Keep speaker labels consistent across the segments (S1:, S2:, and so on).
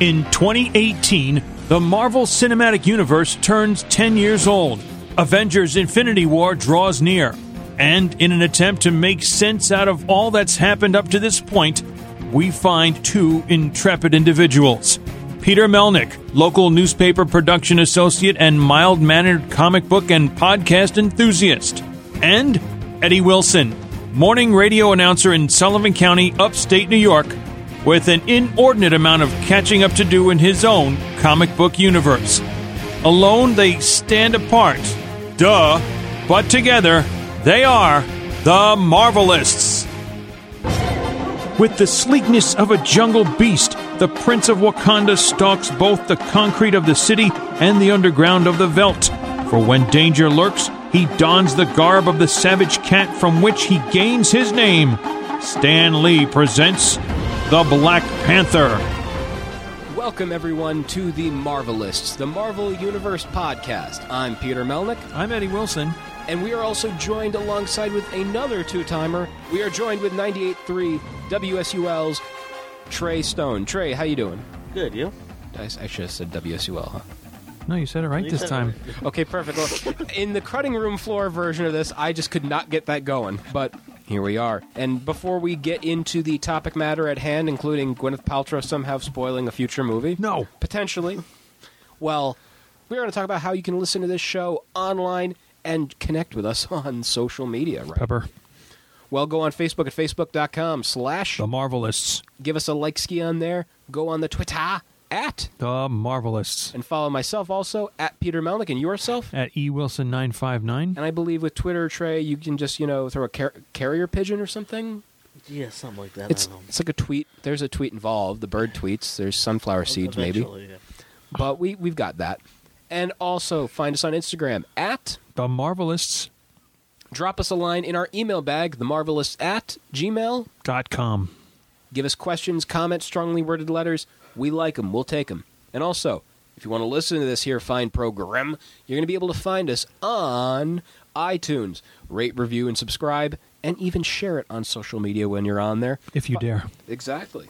S1: In 2018, the Marvel Cinematic Universe turns 10 years old. Avengers Infinity War draws near. And in an attempt to make sense out of all that's happened up to this point, we find two intrepid individuals Peter Melnick, local newspaper production associate and mild mannered comic book and podcast enthusiast, and Eddie Wilson, morning radio announcer in Sullivan County, upstate New York, with an inordinate amount of catching up to do in his own comic book universe. Alone, they stand apart. Duh. But together, they are the Marvelists. With the sleekness of a jungle beast, the Prince of Wakanda stalks both the concrete of the city and the underground of the veldt. For when danger lurks, he dons the garb of the savage cat from which he gains his name. Stan Lee presents the Black Panther.
S2: Welcome, everyone, to the Marvelists, the Marvel Universe podcast. I'm Peter Melnick.
S1: I'm Eddie Wilson.
S2: And we are also joined alongside with another two timer. We are joined with 98.3 WSUL's Trey Stone. Trey, how you doing?
S3: Good, you?
S2: I, I should have said WSUL, huh?
S1: No, you said it right
S3: You
S1: this
S3: said it
S1: time.
S2: Okay, perfect. Well, in the cutting room floor version of this, I just could not get that going, but here we are. And before we get into the topic matter at hand, including Gwyneth Paltrow somehow spoiling a future movie,
S1: No.
S2: potentially, well, we're going to talk about how you can listen to this show online and connect with us on social media. Right?
S1: Pepper.
S2: Well, go on Facebook at facebook.com slash.
S1: The Marvelists.
S2: Give us a like ski on there. Go on the Twitter at
S1: The Marvelists.
S2: and follow myself also at Peter Melnick and yourself.
S1: At E Wilson 959
S2: And I believe with Twitter, Trey, you can just, you know, throw a car- carrier pigeon or something.
S3: Yeah, something like that.
S2: It's,
S3: I don't know.
S2: it's like a tweet. There's a tweet involved. The bird tweets. There's sunflower seeds, maybe.
S3: Eventually, yeah.
S2: But we, we've got that. And also find us on Instagram at
S1: The Marvelists
S2: drop us a line in our email bag, themarvelous at gmail.
S1: dot com.
S2: Give us questions, comments, strongly worded letters. We like them. We'll take them. And also, if you want to listen to this here fine program, you're going to be able to find us on iTunes. Rate, review, and subscribe, and even share it on social media when you're on there.
S1: If you dare.
S2: Exactly.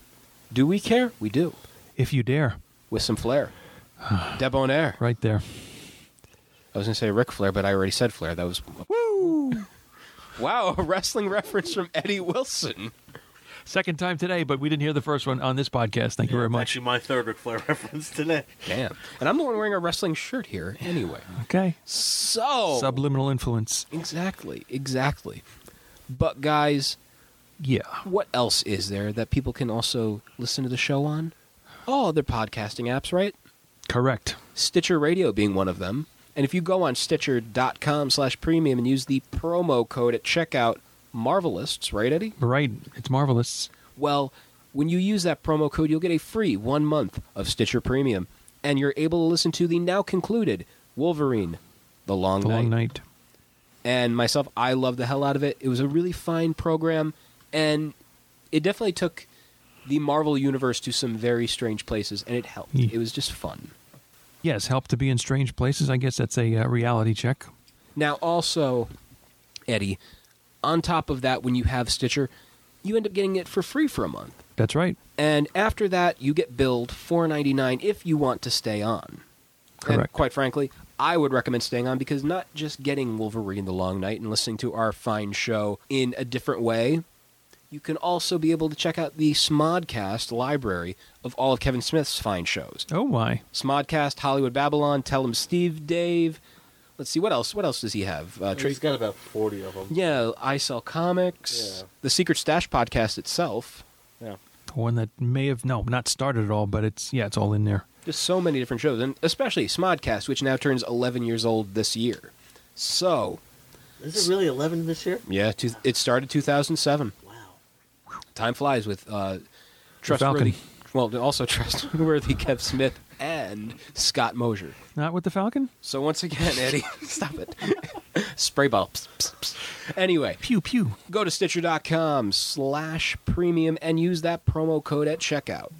S2: Do we care? We do.
S1: If you dare.
S2: With some flair. Debonair.
S1: Right there.
S2: I was going to say Ric Flair, but I already said Flair. That was. Woo! wow, a wrestling reference from Eddie Wilson.
S1: Second time today, but we didn't hear the first one on this podcast. Thank you very much.
S3: Actually, my third Ric Flair reference today.
S2: Damn. And I'm the one wearing a wrestling shirt here, anyway.
S1: Okay. Oh.
S2: So.
S1: Subliminal influence.
S2: Exactly, exactly. But guys,
S1: Yeah.
S2: what else is there that people can also listen to the show on? All other podcasting apps, right?
S1: Correct.
S2: Stitcher Radio being one of them. And if you go on stitcher.com slash premium and use the promo code at checkout, Marvelists, right, Eddie?
S1: Right. It's Marvelists.
S2: Well, when you use that promo code, you'll get a free one month of Stitcher Premium. And you're able to listen to the now concluded Wolverine, The Long
S1: The
S2: Night.
S1: long night.
S2: and myself i loved the hell out of it it was a really fine program and it definitely took the marvel universe to some very strange places and it helped
S1: Yeah.
S2: it was just fun
S1: Yes, help to be in strange places. I guess that's a uh, reality check.
S2: now also eddie on top of that when you have stitcher you end up getting it for free for a month
S1: That's right.
S2: and after that you get billed 499 if you want to stay on and
S1: Correct.
S2: quite frankly i would recommend staying on because not just getting wolverine the long night and listening to our fine show in a different way you can also be able to check out the smodcast library of all of kevin smith's fine shows
S1: Oh my.
S2: smodcast hollywood babylon tell him steve dave let's see what else what else does he have uh, Tra-
S3: He's got about 40 of them.
S2: yeah i sell comics
S3: Yeah.
S2: the secret stash podcast itself
S3: Yeah.
S1: One that may have no, not started at all, but it's yeah, it's all in there.
S2: Just so many different shows, and especially Smodcast, which now turns 11 years old this year. So,
S3: Is it really 11 this year?
S2: yeah, two, it started 2007.
S3: Wow.
S2: Time flies with uh,
S1: Falcon.
S2: trustworthy. Well, also trustworthy Kev Smith and Scott Mosier.
S1: Not with the Falcon?
S2: So once again, Eddie, stop it. Spray ball. Psst, psst, psst. Anyway,
S1: Pew, pew.
S2: go to stitcher.com slash premium and use that promo code at checkout.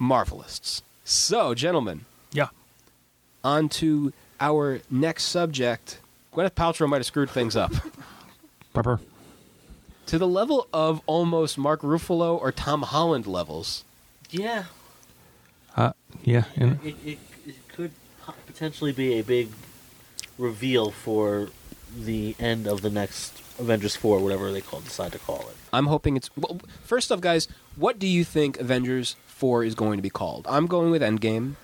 S2: Marvelists. So, gentlemen,
S1: Yeah.
S2: on to our next subject. Gwyneth Paltrow might have screwed things up.
S1: Pepper.
S2: to the level of almost Mark Ruffalo or Tom Holland levels.
S3: Yeah.
S1: Uh, yeah. And
S3: It, it, it could po- potentially be a big reveal for the end of the next Avengers 4, whatever they call decide to call it.
S2: I'm hoping it's. Well, first off, guys, what do you think Avengers 4 is going to be called? I'm going with Endgame.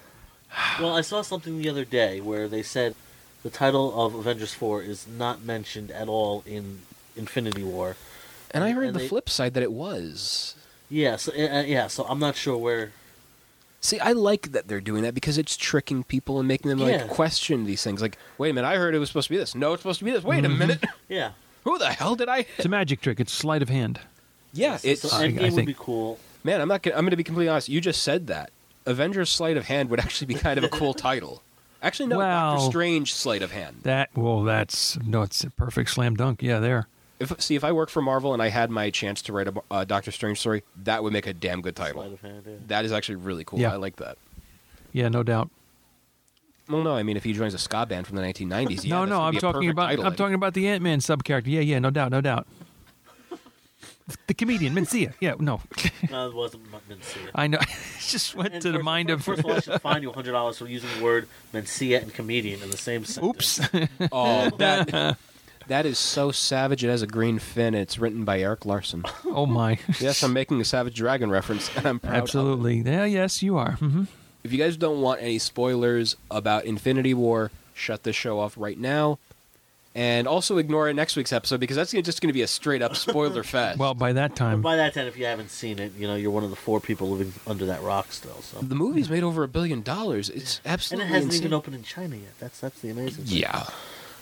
S3: Well, I saw something the other day where they said the title of Avengers 4 is not mentioned at all in Infinity War.
S2: And I heard
S3: And
S2: the
S3: they-
S2: flip side that it was.
S3: Yeah, so, uh, yeah, so I'm not sure where
S2: See, I like that they're doing that because it's tricking people and making them
S3: Yeah.
S2: like question these things. Like, wait a minute, I heard it was supposed to be this. No, it's supposed to be this. Wait
S3: Mm-hmm.
S2: a minute,
S3: Yeah.
S2: who the hell did I? Hit?
S1: it's a magic trick. It's sleight of hand.
S2: Yeah, it's
S3: so
S1: I- I
S3: Endgame would
S1: think-
S3: be cool.
S2: man. I'm not. Gonna, I'm going to be completely honest. You just said that Avengers sleight of hand would actually be kind of a cool title. Actually, no,
S1: Well-
S2: Doctor Strange sleight of hand.
S1: That, well, that's, no, it's a perfect slam dunk. Yeah, there.
S2: If see, if I worked for Marvel and I had my chance to write a uh, Doctor Strange story, that would make a damn good
S3: Sleight
S2: title.
S3: of hand, yeah.
S2: That is actually really cool.
S1: Yeah.
S2: I like that.
S1: Yeah, no doubt.
S2: Well, no, I mean, if he joins a ska band from the 1990s, yeah,
S1: no,
S2: that's
S1: no,
S2: gonna
S1: I'm
S2: be a
S1: talking
S2: perfect
S1: about
S2: title,
S1: I'm
S2: Eddie.
S1: talking about the Ant Man sub character. Yeah, yeah, no doubt, no doubt. The comedian Mencia. Yeah, no,
S3: No, it wasn't M- Mencia.
S1: I know. It just went
S3: And
S1: to the
S3: first-
S1: mind
S3: fir-
S1: of.
S3: First of all, I should fine you $100 for using the word Mencia and comedian in the same sentence.
S1: Oops.
S2: Oh, that that is so savage. It has a green fin. It's written by Eric Larson.
S1: oh my.
S2: Yes, I'm making a Savage Dragon reference, and I'm proud. of it.
S1: Absolutely. Yeah. Yes, you are. hmm
S2: If you guys don't want any spoilers about Infinity War, shut this show off right now, and also ignore next week's episode because that's gonna- just going to be a straight up spoiler fest.
S1: Well, by that time,
S3: By that time, if you haven't seen it, you know you're one of the four people living under that rock still. So,
S2: the movie's made over a billion dollars. It's
S3: and
S2: absolutely
S3: it hasn't
S2: insane.
S3: even opened in China yet. That's that's the amazing. Thing.
S2: yeah.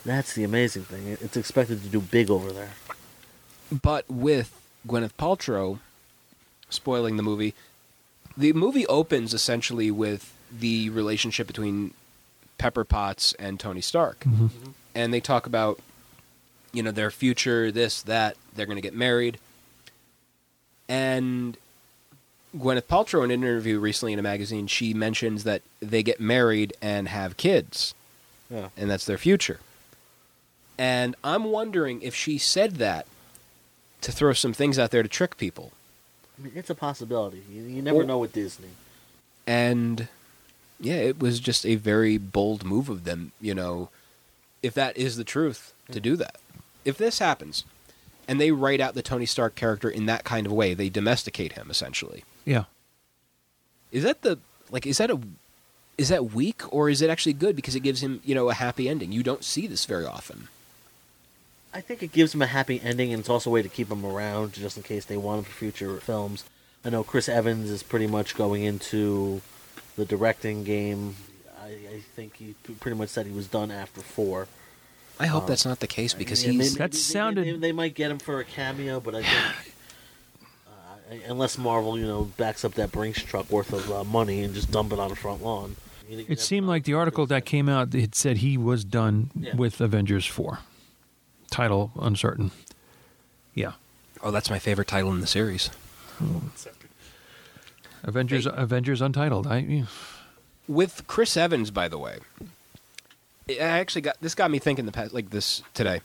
S3: that's the amazing thing. It- It's expected to do big over there.
S2: but with Gwyneth Paltrow spoiling the movie, the movie opens essentially with the relationship between Pepper Potts and Tony Stark, and they talk about you know their future, this, that. They're going to get married, and Gwyneth Paltrow in an interview recently in a magazine, she mentions that they get married and have kids
S3: Yeah.
S2: and that's their future. And I'm wondering if she said that to throw some things out there to trick people.
S3: I mean, it's a possibility. You, you never
S2: Well-
S3: know with Disney.
S2: And yeah, it was just a very bold move of them, you know, if that is the truth, to do that. If this happens, and they write out the Tony Stark character in that kind of way, they domesticate him essentially.
S1: yeah.
S2: Is that the like is that a is that weak or is it actually good because it gives him, you know, a happy ending? You don't see this very often.
S3: I think it gives him a happy ending, and it's also a way to keep him around just in case they want him for future films. I know Chris Evans is pretty much going into the directing game. I, I think he p- pretty much said he was done after four.
S2: I hope that's not the case because
S3: Yeah,
S2: he's
S3: maybe-
S1: That
S3: they- they-
S1: sounded-
S3: They, they might get him for a cameo, but I think uh, unless Marvel, you know, backs up that Brinks truck worth of uh, money and just dump it on the front lawn. you think
S1: It
S3: you'd
S1: seemed
S3: have-
S1: like the article that came out it said he was done
S3: Yeah.
S1: with Avengers four. Title uncertain. Yeah.
S2: Oh, that's my favorite title in the series.
S1: Avengers. Avengers Untitled. I. yeah.
S2: With Chris Evans, by the way, I actually got this got me thinking the past like this today.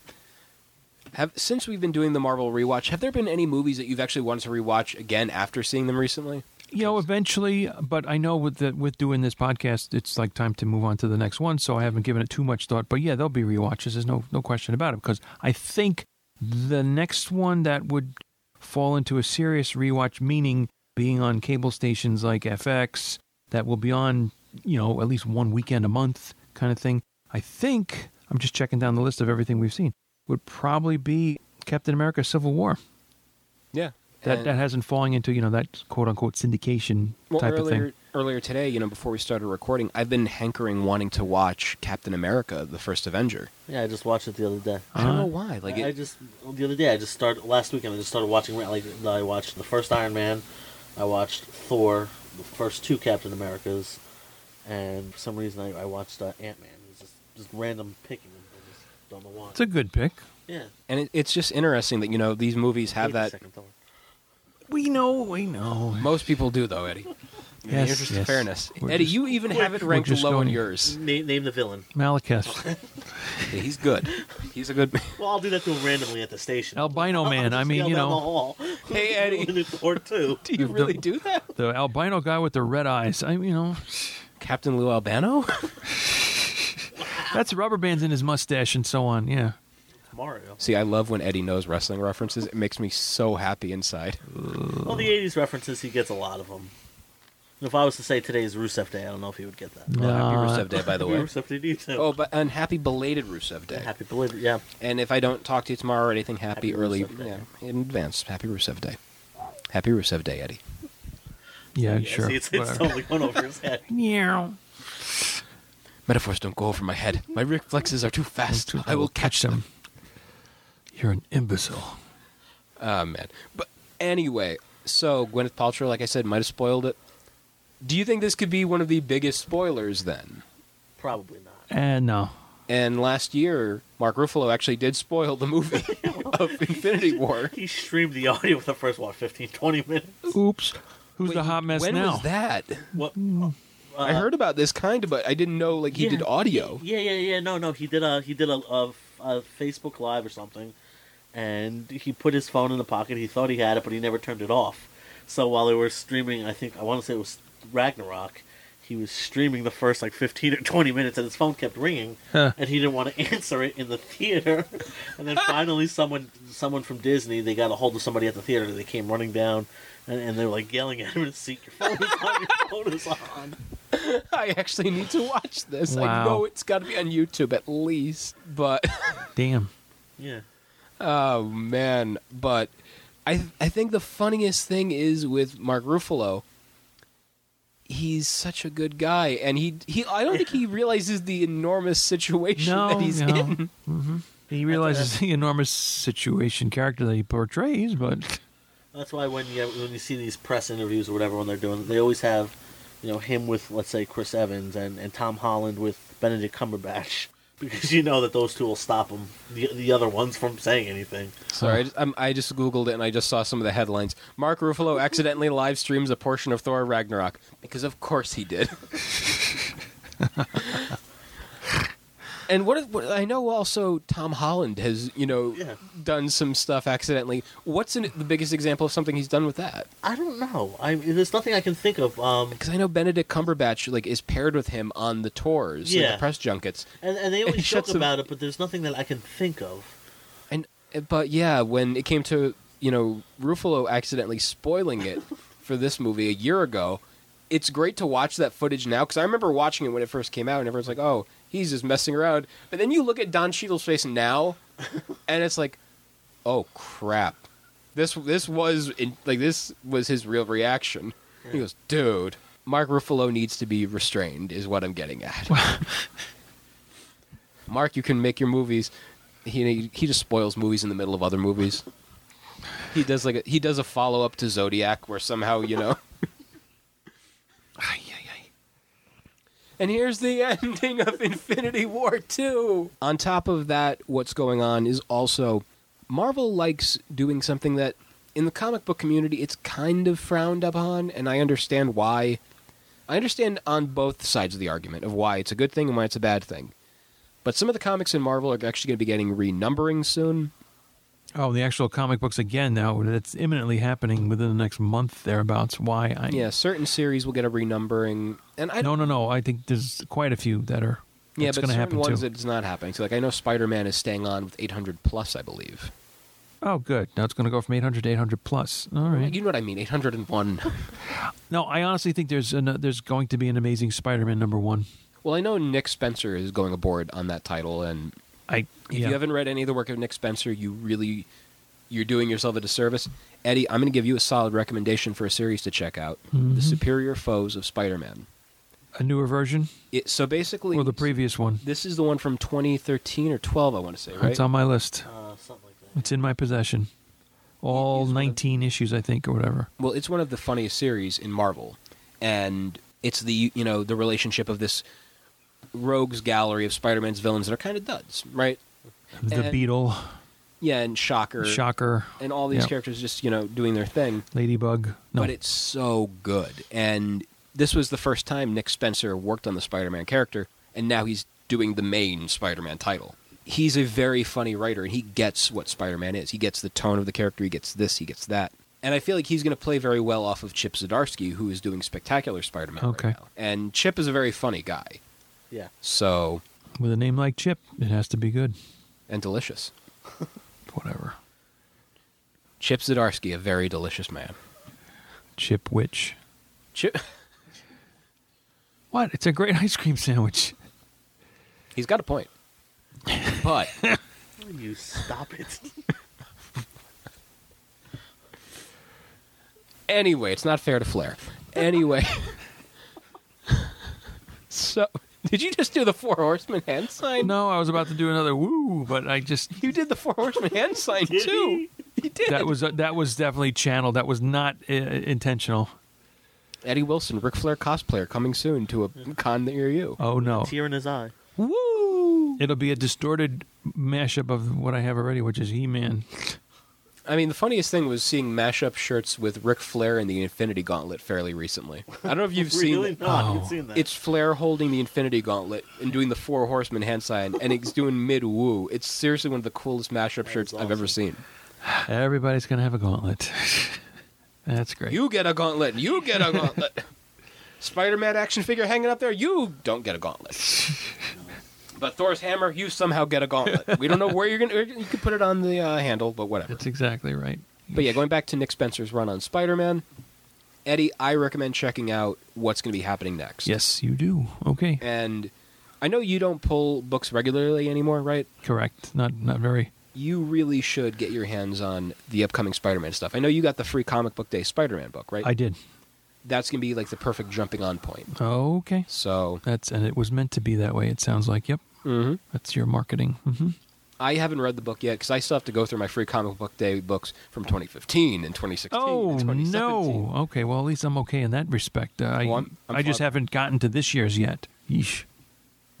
S2: Have since we've been doing the Marvel rewatch, have there been any movies that you've actually wanted to rewatch again after seeing them recently?
S1: you know eventually but i know with the, with doing this podcast it's like time to move on to the next one so i haven't given it too much thought but yeah there'll be rewatches there's no no question about it because i think the next one that would fall into a serious rewatch meaning being on cable stations like fx that will be on you know at least one weekend a month kind of thing i think i'm just checking down the list of everything we've seen would probably be captain america civil war
S2: Yeah,
S1: That
S2: And-
S1: that hasn't fallen into you know that quote unquote syndication
S2: Well,
S1: type
S2: earlier
S1: of thing.
S2: earlier today, you know, before we started recording, I've been hankering, wanting to watch Captain America: The First Avenger.
S3: Yeah, I just watched it the other day.
S2: I don't
S1: Uh-huh.
S2: know why. Like,
S3: I, I
S2: it,
S3: just the other day I just started last weekend. I just started watching like I watched the first Iron Man, I watched Thor, the first two Captain Americas, and for some reason I, I watched uh, Ant Man. It's just just random picking. I just don't know why.
S1: It's a good pick.
S3: yeah,
S2: and it, it's just interesting that you know these movies have
S3: hate the
S2: that.
S3: second Thor.
S1: We know, we know.
S2: Most people do, though, Eddie. In the
S1: Yes,
S2: interest of
S1: yes.
S2: fairness,
S1: We're
S2: Eddie,
S1: just-
S2: you even have it
S1: we're
S2: ranked
S1: just
S2: low in
S1: going-
S2: yours.
S3: Name, name the villain.
S1: Malekith,
S2: Yeah, he's good. He's a good.
S3: Well, I'll do that to him randomly at the station.
S1: albino
S3: I'll
S1: Oh, man.
S3: just
S1: I mean,
S3: yell
S1: you
S3: down the
S1: know,
S3: hall.
S2: Hey, Eddie.
S3: or two.
S2: Do you
S1: The-
S2: really do that,
S1: the albino guy with the red eyes. I, you know,
S2: Captain Lou Albano?
S1: that's rubber bands in his mustache and so on. Yeah.
S3: Mario.
S2: See, I love when Eddie knows wrestling references. It makes me so happy inside.
S3: Well, the '80s references, he gets a lot of them. If I was to say today's Rusev Day, I don't know if he would get that.
S2: Oh, happy
S1: Uh,
S2: Rusev Day, by the way.
S3: Rusev Day, do you too?
S2: Oh, but and happy belated Rusev Day.
S3: Happy belated, yeah.
S2: And if I don't talk to you tomorrow or anything, happy,
S3: Happy
S2: early
S3: Rusev Day.
S2: yeah, in advance. Happy Rusev Day. Happy Rusev Day, Eddie.
S1: Yeah,
S3: Yeah,
S1: sure.
S3: See, it's, it's
S1: whatever.
S3: totally going over his head.
S1: Meow.
S2: Metaphors don't go over my head. My reflexes are too fast. I will catch them.
S1: You're an imbecile.
S2: Oh man. But anyway, so Gwyneth Paltrow, like I said, might have spoiled it. Do you think this could be one of the biggest spoilers then?
S3: Probably not.
S1: And uh, no.
S2: And last year, Mark Ruffalo actually did spoil the movie of Infinity War.
S3: He streamed the audio for the first, what, 15, 20 minutes?
S1: Oops. Who's
S2: Wait,
S1: the hot mess
S2: when
S1: now?
S2: was that?
S3: What?
S2: I heard about this kind of, but I didn't know like he
S3: Yeah.
S2: did audio.
S3: Yeah, yeah, yeah. No, no. He did a he did a, a, a Facebook Live or something, and he put his phone in the pocket. He thought he had it, but he never turned it off. So while they were streaming, I think I want to say it was Ragnarok. He was streaming the first like fifteen or twenty minutes, and his phone kept ringing,
S1: Huh.
S3: and he didn't want to answer it in the theater. and then finally, someone someone from Disney they got a hold of somebody at the theater. They came running down, and, and they were like yelling at him in his seat. Your phone is on. Your phone is on.
S2: I actually need to watch this. I
S1: Wow.
S2: know it's got to be on YouTube at least, but
S1: Damn.
S3: Yeah.
S2: oh man, but I I think the funniest thing is with Mark Ruffalo. He's such a good guy, and he he I don't think he realizes the enormous situation
S1: No.
S2: that he's
S1: no.
S2: in.
S1: hmm He realizes the enormous situation character that he portrays, but
S3: That's why when you when you see these press interviews or whatever when they're doing, they always have, you know, him with let's say Chris Evans and, and Tom Holland with Benedict Cumberbatch because you know that those two will stop him the the other ones from saying anything.
S2: Sorry, I just, I'm, I just googled it and I just saw some of the headlines. Mark Ruffalo accidentally live streams a portion of Thor Ragnarok because, of course, he did. and what, if, what I know also, Tom Holland has you know
S3: Yeah.
S2: done some stuff accidentally. What's an, the biggest example of something he's done with that?
S3: I don't know. I there's nothing I can think of. Um,
S2: Because I know Benedict Cumberbatch like is paired with him on the tours, like
S3: Yeah.
S2: the press junkets.
S3: and, and they
S2: He
S3: always joke
S2: shuts him-
S3: about it, but there's nothing that I can think of.
S2: And eh, but yeah, when it came to you know Ruffalo accidentally spoiling it for this movie a year ago, it's great to watch that footage now because I remember watching it when it first came out, and everyone's like, "Oh, he's just messing around." But then you look at Don Cheadle's face now, and it's like, "Oh crap." This this was in, like this was his real reaction. He goes, "Dude, Mark Ruffalo needs to be restrained," is what I'm getting at. Mark, you can make your movies. He he just spoils movies in the middle of other movies. He does like a, he does a follow up to Zodiac where somehow you know. And here's the ending of Infinity War 2. On top of that, what's going on is also Marvel likes doing something that in the comic book community it's kind of frowned upon, and I understand why. I understand on both sides of the argument of why it's a good thing and why it's a bad thing. But some of the comics in Marvel are actually going to be getting renumbering soon.
S1: oh, the actual comic books again now. That's imminently happening within the next month thereabouts. Why? I
S2: Yeah, certain series will get a renumbering, and I
S1: No, no, no. I think there's quite a few that are.
S2: yeah,
S1: that's
S2: but
S1: gonna
S2: certain
S1: happen
S2: ones
S1: too.
S2: it's not happening. So like I know Spider Man is staying on with 800 plus, I believe.
S1: Oh, good. Now it's going to go from 800 to 800 plus. All right.
S2: You know what I mean? 801.
S1: No, I honestly think there's an, there's going to be an amazing Spider-Man number one.
S2: Well, I know Nick Spencer is going aboard on that title, and
S1: I
S2: if
S1: yeah.
S2: you haven't read any of the work of Nick Spencer, you really you're doing yourself a disservice. Eddie, I'm going to give you a solid recommendation for a series to check out:
S1: Mm-hmm.
S2: The Superior Foes of Spider-Man.
S1: A newer version
S2: It, so basically,
S1: or the previous one?
S2: this is the one from 2013 or 12, I want to say, right?
S1: It's on my list.
S3: Uh, something like that.
S1: It's in my possession. All 19 issues, I think, or whatever.
S2: well, it's one of the funniest series in Marvel, and it's the you know the relationship of this rogues gallery of Spider-Man's villains that are kind of duds, right?
S1: The
S2: And-
S1: Beetle,
S2: Yeah, and Shocker,
S1: Shocker,
S2: and all these
S1: Yeah.
S2: characters just you know doing their thing.
S1: Ladybug. No,
S2: but it's so good. And this was the first time Nick Spencer worked on the Spider-Man character, and now he's doing the main Spider-Man title. He's a very funny writer, and he gets what Spider-Man is. He gets the tone of the character. He gets this. He gets that. And I feel like he's going to play very well off of Chip Zdarsky, who is doing Spectacular Spider-Man
S1: Okay.
S2: right now. And Chip is a very funny guy.
S3: Yeah.
S2: So
S1: with a name like Chip, it has to be good.
S2: and delicious.
S1: Whatever.
S2: Chip Zdarsky, a very delicious man.
S1: Chip Witch.
S2: Chip,
S1: What? It's a great ice cream sandwich.
S2: he's got a point. But
S3: Will You stop it.
S2: Anyway, it's not fair to Flair. Anyway. so, did you just do the Four Horsemen hand sign?
S1: No, I was about to do another woo, but I just
S2: You did the Four Horsemen hand sign too. He did.
S1: that was that was definitely channeled. That was not uh, intentional.
S2: Eddie Wilson, Ric Flair cosplayer, coming soon to a con near you.
S1: Oh no.
S3: Tear in his eye.
S2: Woo!
S1: It'll be a distorted mashup of what I have already, which is He-Man.
S2: I mean, the funniest thing was seeing mashup shirts with Ric Flair and the Infinity Gauntlet fairly recently. I don't know if you've seen.
S3: Really?
S2: it.
S3: No, I haven't
S1: Oh.
S3: seen that.
S2: It's Flair holding the Infinity Gauntlet and doing the Four Horsemen hand sign, and he's doing mid woo. It's seriously one of the coolest mashup shirts I've ever seen.
S1: Everybody's gonna have a gauntlet. That's great.
S2: You get a gauntlet. You get a gauntlet. Spider-Man action figure hanging up there. You don't get a gauntlet. But Thor's hammer, you somehow get a gauntlet. We don't know where you're gonna. You could put it on the uh, handle, but whatever.
S1: That's exactly right.
S2: But yeah, going back to Nick Spencer's run on Spider-Man, Eddie, I recommend checking out what's going to be happening next.
S1: Yes, you do. Okay,
S2: And I know you don't pull books regularly anymore, right?
S1: correct. Not not very.
S2: You really should get your hands on the upcoming Spider-Man stuff. I know you got the free comic book day Spider-Man book, right?
S1: I did.
S2: That's going to be like the perfect jumping on point.
S1: Okay.
S2: So
S1: That's and it was meant to be that way. It sounds like. Yep.
S2: hmm
S1: That's your marketing. hmm
S2: I haven't read the book yet because I still have to go through my free comic book day books from 2015 and 2016
S1: Oh
S2: and 2017.
S1: no. Okay. Well, at least I'm okay in that respect. Uh, I
S2: Well, I'm- I'm
S1: I just
S2: fine.
S1: haven't gotten to this year's yet. Yeesh.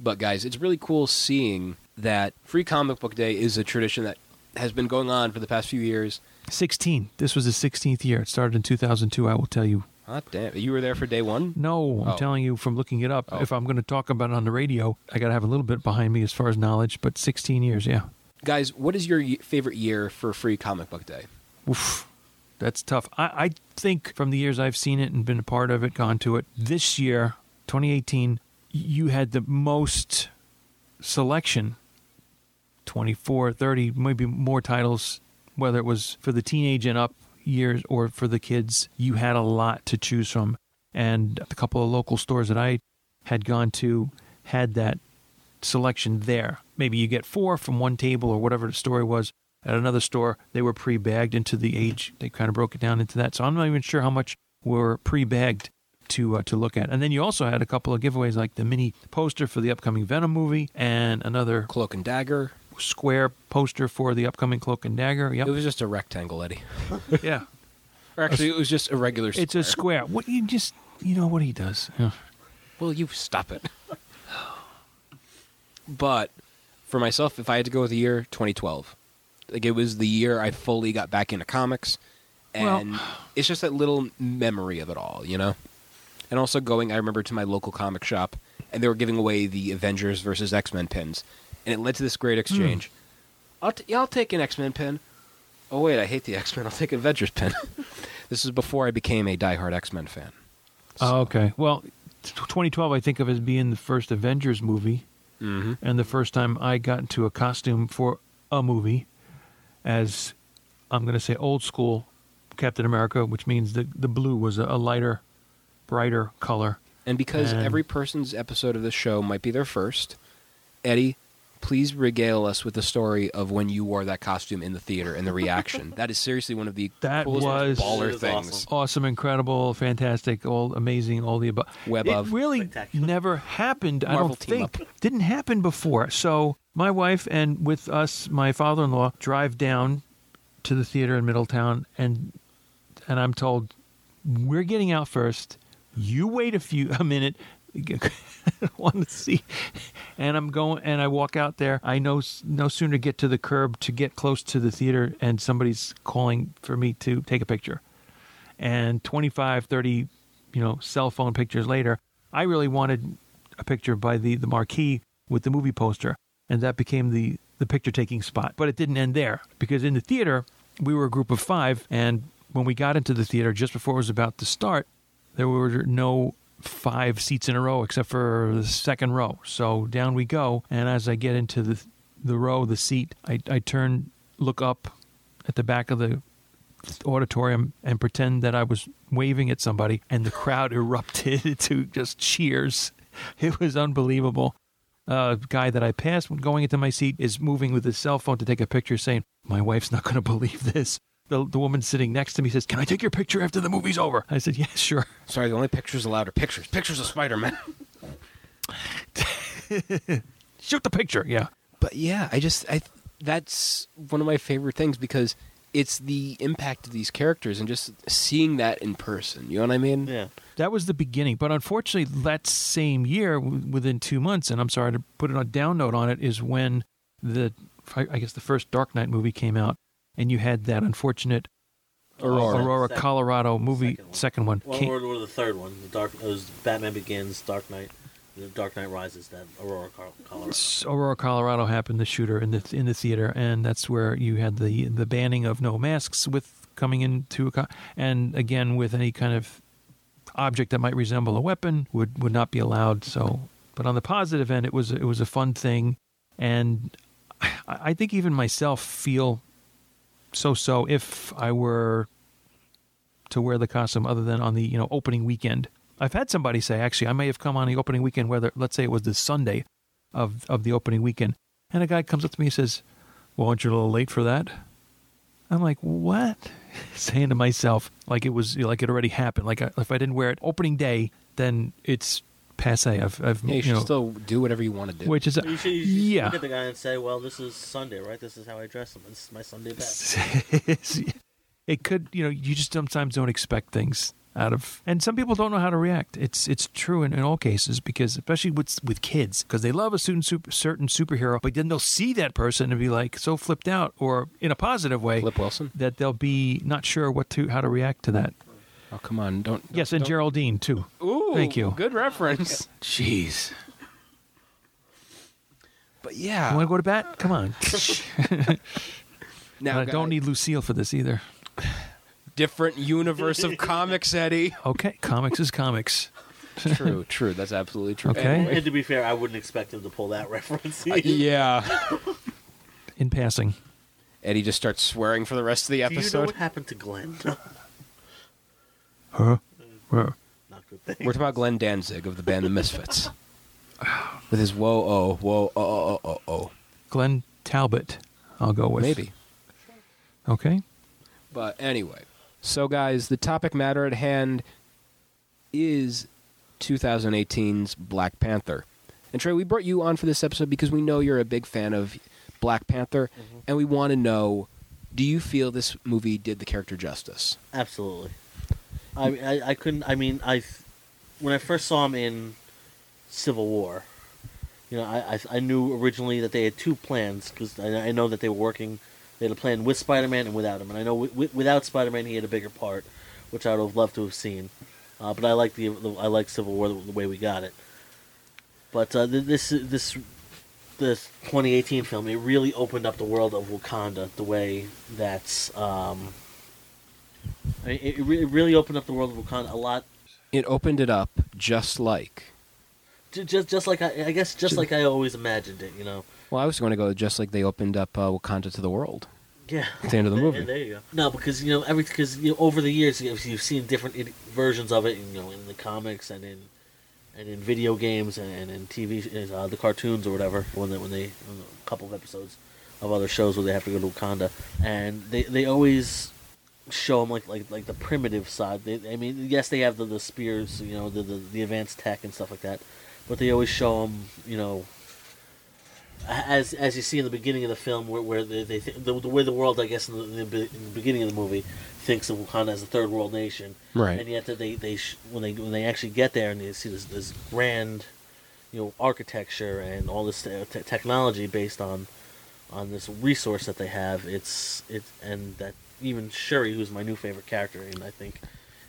S2: But guys, it's really cool seeing that free comic book day is a tradition that has been going on for the past few years.
S1: 16. This was the 16th year. It started in 2002. I will tell you.
S2: Hot Ah, damn, you were there for day one.
S1: No, I'm
S2: Oh.
S1: telling you from looking it up.
S2: Oh.
S1: If I'm going to talk about it on the radio, I got to have a little bit behind me as far as knowledge. But 16 years, yeah.
S2: Guys, what is your ye- favorite year for free comic book day?
S1: Oof, that's tough. I, I think from the years I've seen it and been a part of it, gone to it, this year, 2018, you had the most selection 24, 30, maybe more titles, whether it was for the teenage and up years or for the kids. You had a lot to choose from. And a couple of local stores that I had gone to had that selection there. Maybe you get four from one table or whatever the story was. At another store, they were pre bagged into the age. They kind of broke it down into that. So I'm not even sure how much were pre bagged to uh, to look at. And then you also had a couple of giveaways like the mini poster for the upcoming Venom movie and another
S2: Cloak and Dagger.
S1: square poster for the upcoming Cloak and Dagger. Yep.
S2: It was just a rectangle, Eddie.
S1: yeah.
S2: Or actually, it was just a regular.
S1: It's a
S2: square.
S1: square. What you just you know what he does. Yeah.
S2: Will you stop it? but for myself, if I had to go with the year 2012, like it was the year I fully got back into comics, and it's just that little memory of it all, you know. And also going, I remember to my local comic shop, and they were giving away the Avengers versus X Men pins, and it led to this great exchange. I'll t- yeah, I'll take an X Men pin. Oh wait, I hate the X Men. I'll take an Avengers pin. this is before I became a diehard X Men fan.
S1: Oh, okay. Well, t- 2012 I think of as being the first Avengers movie
S2: Mm-hmm.
S1: and the first time I got into a costume for a movie as I'm going to say old school Captain America, which means the the blue was a, a lighter, brighter color.
S2: And because
S1: And-
S2: every person's episode of this show might be their first, Eddie, please regale us with the story of when you wore that costume in the theater and the reaction. that is seriously one of the
S1: That
S2: coolest
S1: was-
S2: baller
S3: It was
S2: things.
S3: awesome.
S1: awesome, incredible, fantastic, all amazing, all the above.
S2: Web
S1: it
S2: of.
S1: really
S3: Spectacular.
S1: never happened. I
S2: Marvel
S1: don't
S2: team
S1: think didn't happen before. So my wife and with us, my father-in-law drive down to the theater in Middletown, and and I'm told we're getting out first. You wait a few a minute. I want to see, and I'm going, and I walk out there. I no s- no sooner get to the curb to get close to the theater, and somebody's calling for me to take a picture and 25 30 you know cell phone pictures later i really wanted a picture by the the marquee with the movie poster and that became the the picture taking spot but it didn't end there because in the theater we were a group of 5 and when we got into the theater just before it was about to start there were no five seats in a row except for the second row so down we go and as i get into the the row the seat i i turn look up at the back of the auditorium and pretend that I was waving at somebody, and the crowd erupted to just cheers. It was unbelievable. A guy that I passed when going into my seat is moving with his cell phone to take a picture, saying, "My wife's not going to believe this." The, the woman sitting next to me says, "Can I take your picture after the movie's over?" I said, "Yeah, sure."
S2: Sorry, the only pictures allowed are pictures. Pictures of Spider Man.
S1: Shoot the picture. Yeah,
S2: but yeah, I just I that's one of my favorite things because it's the impact of these characters and just seeing that in person. You know what I mean?
S3: Yeah.
S1: that was the beginning. But unfortunately, that same year, w- within two months, and I'm sorry to put it on down note on it, is when the I I guess the first Dark Knight movie came out, and you had that unfortunate
S2: Aurora.
S1: Aurora,
S3: Second-
S1: Colorado movie,
S3: second one.
S1: second one.
S3: Well,
S1: Came-
S3: or, or the third one, the Dark. It was Batman Begins, Dark Knight, the Dark Knight Rises, that Aurora, Col- Colorado.
S1: Aurora, Colorado happened. The shooter in the in the theater, and that's where you had the the banning of no masks with coming into a co- and again with any kind of object that might resemble a weapon would would not be allowed. So, but on the positive end, it was it was a fun thing, and I, I think even myself feel so so if I were to wear the costume other than on the you know opening weekend. I've had somebody say actually I may have come on the opening weekend whether let's say it was the Sunday of of the opening weekend, and a guy comes up to me and says, "Well, aren't you a little late for that?" I'm like, "What?" Saying to myself, like it was like it already happened. Like I, if I didn't wear it opening day, then it's passe. I've I've
S2: Yeah, you
S1: you,
S2: should
S1: know
S2: still do whatever you want to do.
S1: which is
S3: You should, you should
S1: yeah
S3: look at the guy and say, "Well, this is Sunday, right? This is how I dress. Them. This is my Sunday best."
S1: it could you know you just sometimes don't expect things out of and some people don't know how to react it's it's true in, in all cases because especially with with kids because they love a certain super, certain superhero but then they'll see that person and be like so flipped out or in a positive way
S2: Flip Wilson.
S1: that they'll be not sure what to how to react to that
S2: Oh come on, don't.
S1: yes and geraldine too
S2: Ooh,
S1: thank you
S2: Good reference.
S1: jeez
S2: But
S1: you want
S2: yeah,
S1: to go to bat come on
S2: now
S1: i don't need lucille for this either
S2: different universe of comics, Eddie.
S1: okay comics is comics
S2: true, true. That's absolutely true.
S1: Okay.
S2: Anyway.
S3: And to be fair, I wouldn't expect him to pull that reference.
S2: Uh, yeah.
S1: in passing
S2: Eddie just starts swearing for the rest of the
S3: Do you know
S2: episode.
S3: what happened to Glenn?
S1: huh Huh.
S3: Not good thing.
S2: We're talking about Glenn Danzig of the band The Misfits. With his whoa oh whoa oh oh oh oh
S1: Glenn Talbot. I'll go with
S2: maybe.
S1: Okay.
S2: But anyway, so guys, the topic matter at hand is 2018's Black Panther. And Trey, we brought you on for this episode because we know you're a big fan of Black Panther, and we want to know: Do you feel this movie did the character justice?
S3: Absolutely. I, I I couldn't. I mean, I when I first saw him in Civil War, you know, I I, I knew originally that they had two plans because I, I know that they were working. They had a plan with Spider-Man and without him, and I know w- without Spider-Man he had a bigger part, which I would have loved to have seen. Uh, but I like the, the I like Civil War the, the way we got it. But uh, th- this this this 2018 film it really opened up the world of Wakanda the way that's. Um, I mean, it, it re- it really opened up the world of Wakanda a lot.
S2: It opened it up just like.
S3: Ju- Just, just like I, I guess, just like I always imagined it. You know.
S2: Well, I was going to go just like they opened up uh, Wakanda to the world
S3: Yeah.
S2: at the end of the movie.
S3: There, you go. No, because you know every because you know, over the years you- you've seen different id- versions of it. You know, in the comics and in and in video games and, and in TV, sh- and, uh, the cartoons or whatever. When they when they when a couple of episodes of other shows where they have to go to Wakanda, and they they always show them like like like the primitive side. They, I mean, yes, they have the, the spears, you know, the, the the advanced tech and stuff like that, but they always show them, you know, as as you see in the beginning of the film, where, where they, they th- the, the way the world, I guess, in the, in, the, be- in the beginning of the movie, thinks of Wakanda as a third world nation,
S2: Right.
S3: And yet that they they sh- when they when they actually get there and they see this this grand, you know, architecture and all this uh, te- technology based on on this resource that they have. It's it and that even Shuri, who's my new favorite character, and I think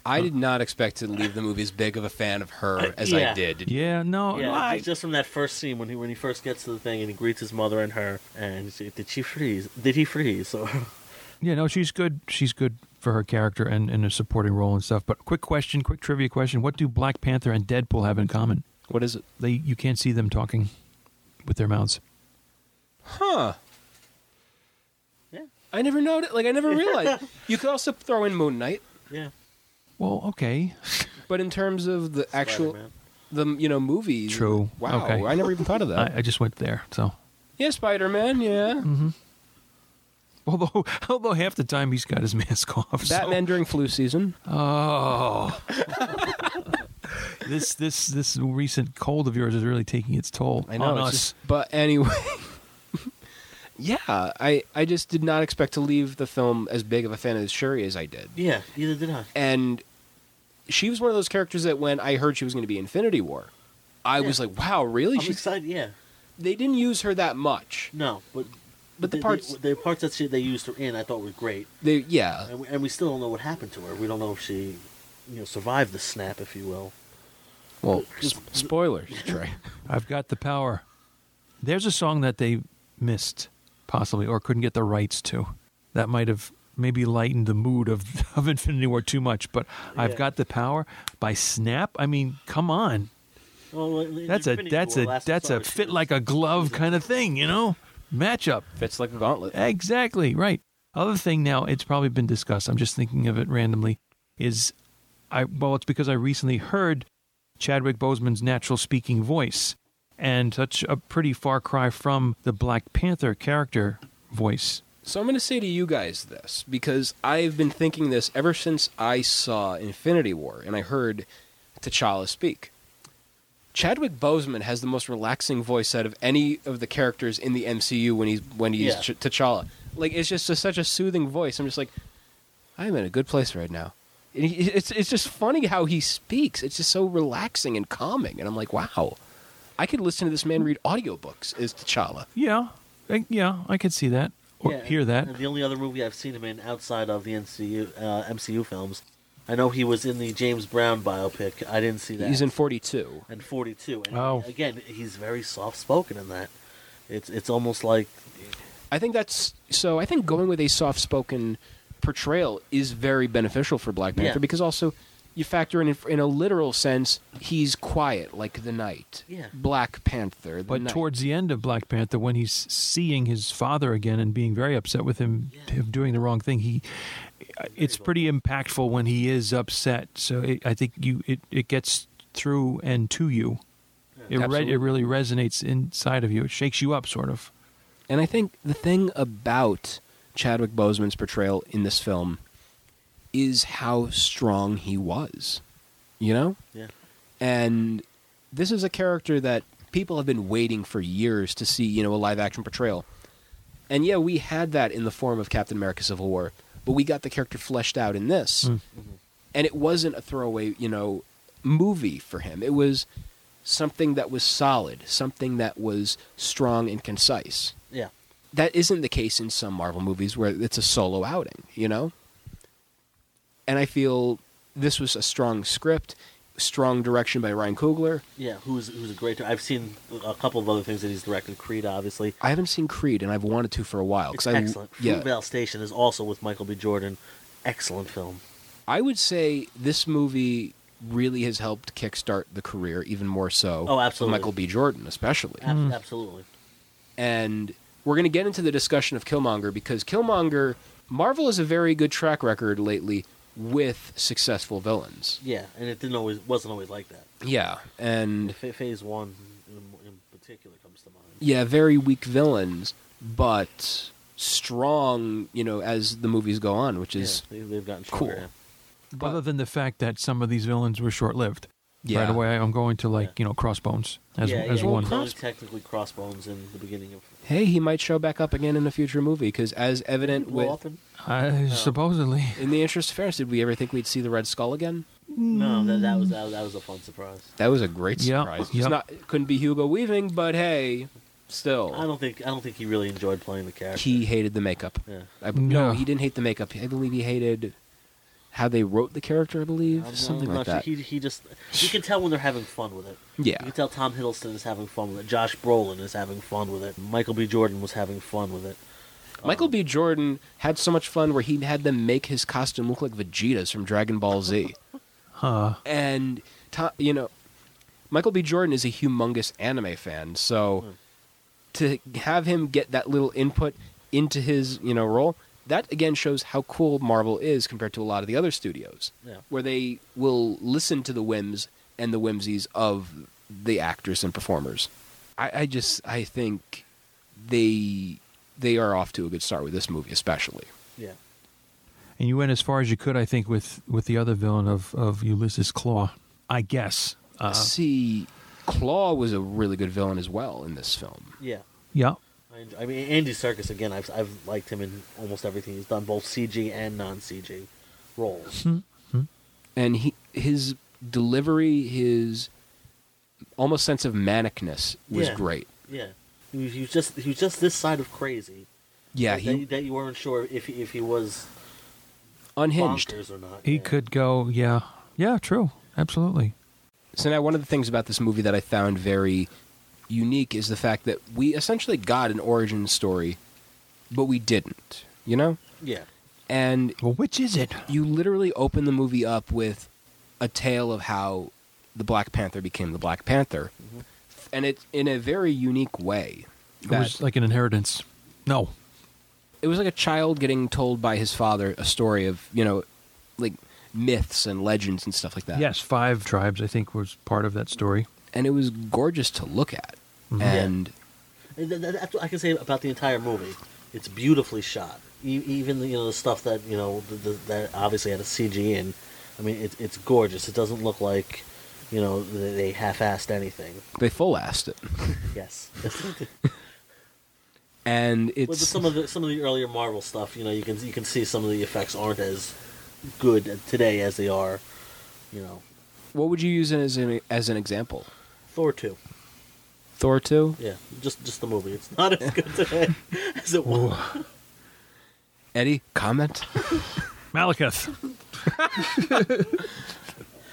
S2: I did not expect to leave the movie as big of a fan of her as I
S3: yeah.
S2: did. Did-
S1: Yeah, no,
S3: yeah,
S1: I-
S3: ju- just from that first scene when he when he first gets to the thing and he greets his mother and her, and she, did she freeze? Did he freeze? So
S1: yeah, no, she's good. She's good for her character and in a supporting role and stuff. But quick question, quick trivia question: What do Black Panther and Deadpool have in common?
S2: What is it?
S1: They you can't see them talking with their mouths.
S2: Huh.
S3: Yeah.
S2: I never noticed. Like I never realized. you could also throw in Moon Knight,
S3: yeah,
S1: Well, okay,
S2: but in terms of the actual,
S3: Spider-Man.
S2: the you know movies.
S1: True.
S2: Wow.
S1: Okay.
S2: I never even thought of that.
S1: I, Mm-hmm. I just went there. So
S2: yeah, Spider Man. Yeah.
S1: although although half the time he's got his mask off. so-
S2: Batman during flu season.
S1: Oh. this this this recent cold of yours is really taking its toll
S2: I know.
S1: on
S2: it's
S1: us.
S2: just- but anyway. yeah, I I just did not expect to leave the film as big of a fan as Shuri as I did.
S3: yeah. Neither did I.
S2: and she was one of those characters that when I heard she was going to be Infinity War, I was
S3: Yeah.
S2: like, "Wow, really?"
S3: I'm
S2: She,
S3: excited. Yeah,
S2: they didn't use her that much.
S3: no, but
S2: But the
S3: they-
S2: parts-
S3: they, the parts that she, they used her in, I thought were great,
S2: They, yeah,
S3: and we, and we still don't know what happened to her. We don't know if she, you know, survived the snap, if you will.
S2: well, s- spoilers, Trey.
S1: I've got the power. There's a song that they missed, possibly, or couldn't get the rights to. That might have maybe lightened the mood of, of Infinity War too much, but I've
S3: Yeah.
S1: got the power by Snap. I mean, come on.
S3: Well, in- in
S1: That's
S3: Infinity
S1: a that's
S3: War,
S1: a
S3: Last
S1: that's a
S3: Crusade, she
S1: fit
S3: was-
S1: like a glove kind of thing, you know? Matchup.
S2: Fits like a gauntlet.
S1: Exactly, right. Other thing now, it's probably been discussed. I'm just thinking of it randomly. Is I well, it's because I recently heard Chadwick Boseman's natural speaking voice and such a pretty far cry from the Black Panther character voice.
S2: So I'm going to say to you guys this because I've been thinking this ever since I saw Infinity War and I heard T'Challa speak. Chadwick Boseman has the most relaxing voice out of any of the characters in the MCU when he's when he's
S3: Yeah.
S2: Ch- T'Challa. Like it's just a, such a soothing voice. I'm just like I'm in a good place right now. And he, it's it's just funny how he speaks. It's just so relaxing and calming and I'm like, "Wow. I could listen to this man read audiobooks as T'Challa."
S1: Yeah, I, yeah, I could see that or
S3: Yeah,
S1: hear that.
S3: and The only other movie I've seen him in outside of the MCU uh, MCU films, I know he was in the James Brown biopic. I didn't see that.
S2: He's in 42.
S3: and 42. And
S1: Oh.
S3: again, he's very soft spoken in that. It's it's almost like
S2: I think that's so. I think going with a soft spoken portrayal is very beneficial for Black Panther
S3: Yeah.
S2: because also you factor in in a literal sense he's quiet like the night.
S3: Yeah.
S2: Black Panther. The
S1: But
S2: night.
S1: towards the end of Black Panther, when he's seeing his father again and being very upset with him, him doing the wrong thing, he uh, it's pretty impactful when he is upset. So it, I think you it, it gets through and to you. It, re-
S2: Absolutely.
S1: it really resonates inside of you. It shakes you up, sort of.
S2: And I think the thing about Chadwick Boseman's portrayal in this film is how strong he was. You know?
S3: yeah.
S2: And this is a character that people have been waiting for years to see, you know, a live action portrayal. And yeah, we had that in the form of Captain America Civil War, but we got the character fleshed out in this. And it wasn't a throwaway, you know, movie for him. It was something that was solid, something that was strong and concise.
S3: Yeah.
S2: That isn't the case in some Marvel movies where it's a solo outing, you know? And I feel this was a strong script, strong direction by Ryan Coogler.
S3: Yeah, who's who's a great director. I've seen a couple of other things that he's directed. Creed, obviously.
S2: I haven't seen Creed, and I've wanted to for a while.
S3: It's
S2: Oh, 'cause I,
S3: excellent.
S2: Yeah,
S3: Fruitvale Station is also with Michael B. Jordan. Excellent film.
S2: I would say this movie really has helped kickstart the career even more so. of
S3: Oh, absolutely.
S2: Michael B. Jordan, especially.
S3: Ab-
S1: Mm.
S3: Absolutely.
S2: and we're going to get into the discussion of Killmonger because Killmonger, Marvel has a very good track record lately with successful villains.
S3: Yeah, and it didn't always wasn't always like that.
S2: Yeah, and
S3: Ph- Phase one in, in particular comes to mind.
S2: yeah, very weak villains, but strong, you know, as the movies go on, which is
S3: yeah, they, have gotten
S2: cool.
S3: stronger. yeah.
S1: Other
S2: but,
S1: than the fact that some of these villains were short lived.
S2: yeah.
S1: Right away, I'm going to like
S3: Yeah.
S1: you know Crossbones as
S3: yeah,
S1: as
S3: yeah,
S1: one.
S3: It's only technically crossbones in the beginning of
S2: Hey, he might show back up again in a future movie because, as evident
S3: Well,
S2: with,
S3: often-
S1: I, supposedly,
S2: in the interest of fairness, did we ever think we'd see the Red Skull again?
S3: No, that, that was that, that was a fun surprise.
S2: That was a great
S1: Yeah,
S2: surprise. It's
S1: yeah.
S2: not couldn't be Hugo Weaving, but hey, still,
S3: I don't think I don't think he really enjoyed playing the character.
S2: he hated the makeup.
S3: Yeah.
S2: I,
S1: No.
S2: no, he didn't hate the makeup. I believe he hated how they wrote the character. I believe
S3: I'm-
S2: something
S3: I'm
S2: like
S3: not sure.
S2: that.
S3: He, he just you can tell when they're having fun with it. You
S2: yeah,
S3: can tell Tom Hiddleston is having fun with it. Josh Brolin is having fun with it. Michael B. Jordan was having fun with it.
S2: Michael B. Jordan had so much fun where he had them make his costume look like Vegeta's from Dragon Ball Z,
S1: huh?
S2: and to, you know, Michael B. Jordan is a humongous anime fan, so to have him get that little input into his you know role. That again shows how cool Marvel is compared to a lot of the other studios.
S3: Yeah.
S2: where they will listen to the whims and the whimsies of the actors and performers. I, I just I think they they are off to a good start with this movie, especially.
S3: Yeah.
S1: And you went as far as you could, I think, with with the other villain of of Ulysses Claw. I guess. Uh,
S2: See, Claw was a really good villain as well in this film.
S3: Yeah.
S1: yeah.
S3: I, enjoy, I mean Andy Serkis again. I've I've liked him in almost everything he's done, both CG and non-CG roles.
S2: Hmm. and he his delivery, his almost sense of manicness was
S3: Yeah.
S2: great.
S3: Yeah. He was, he was just he was just this side of crazy.
S2: Yeah,
S3: that,
S2: he
S3: that you weren't sure if he, if he was
S2: unhinged.
S3: bonkers or not.
S1: He
S3: yeah.
S1: could go. Yeah. Yeah. True. Absolutely.
S2: So now, one of the things about this movie that I found very unique is the fact that we essentially got an origin story, but we didn't. You know,
S3: Yeah.
S2: and
S1: Well, which is it?
S2: you literally open the movie up with a tale of how the Black Panther became the Black Panther, and it's in a very unique way.
S1: Mm-hmm. It
S2: that-
S1: was like an inheritance. No.
S2: it was like a child getting told by his father a story of you know, like myths and legends and stuff like that.
S1: Yes, five tribes. I think was part of that story.
S2: and it was gorgeous to look at,
S1: Mm-hmm.
S3: Yeah.
S2: and.
S3: And th- th- That's what I can say about the entire movie. It's beautifully shot. E- even you know the stuff that you know the, the, that obviously had a CG in. I mean, it, it's gorgeous. It doesn't look like you know they they half-assed anything.
S2: They full assed it.
S3: Yes,
S2: And
S3: but
S2: it's
S3: some of the some of the earlier Marvel stuff, you know, you can you can see some of the effects aren't as good today as they are. You know,
S2: what would you use as an as an example?
S3: Thor two.
S2: Thor two?
S3: Yeah, just just the movie. It's not as good today as it was.
S2: Eddie, comment?
S1: Malekith.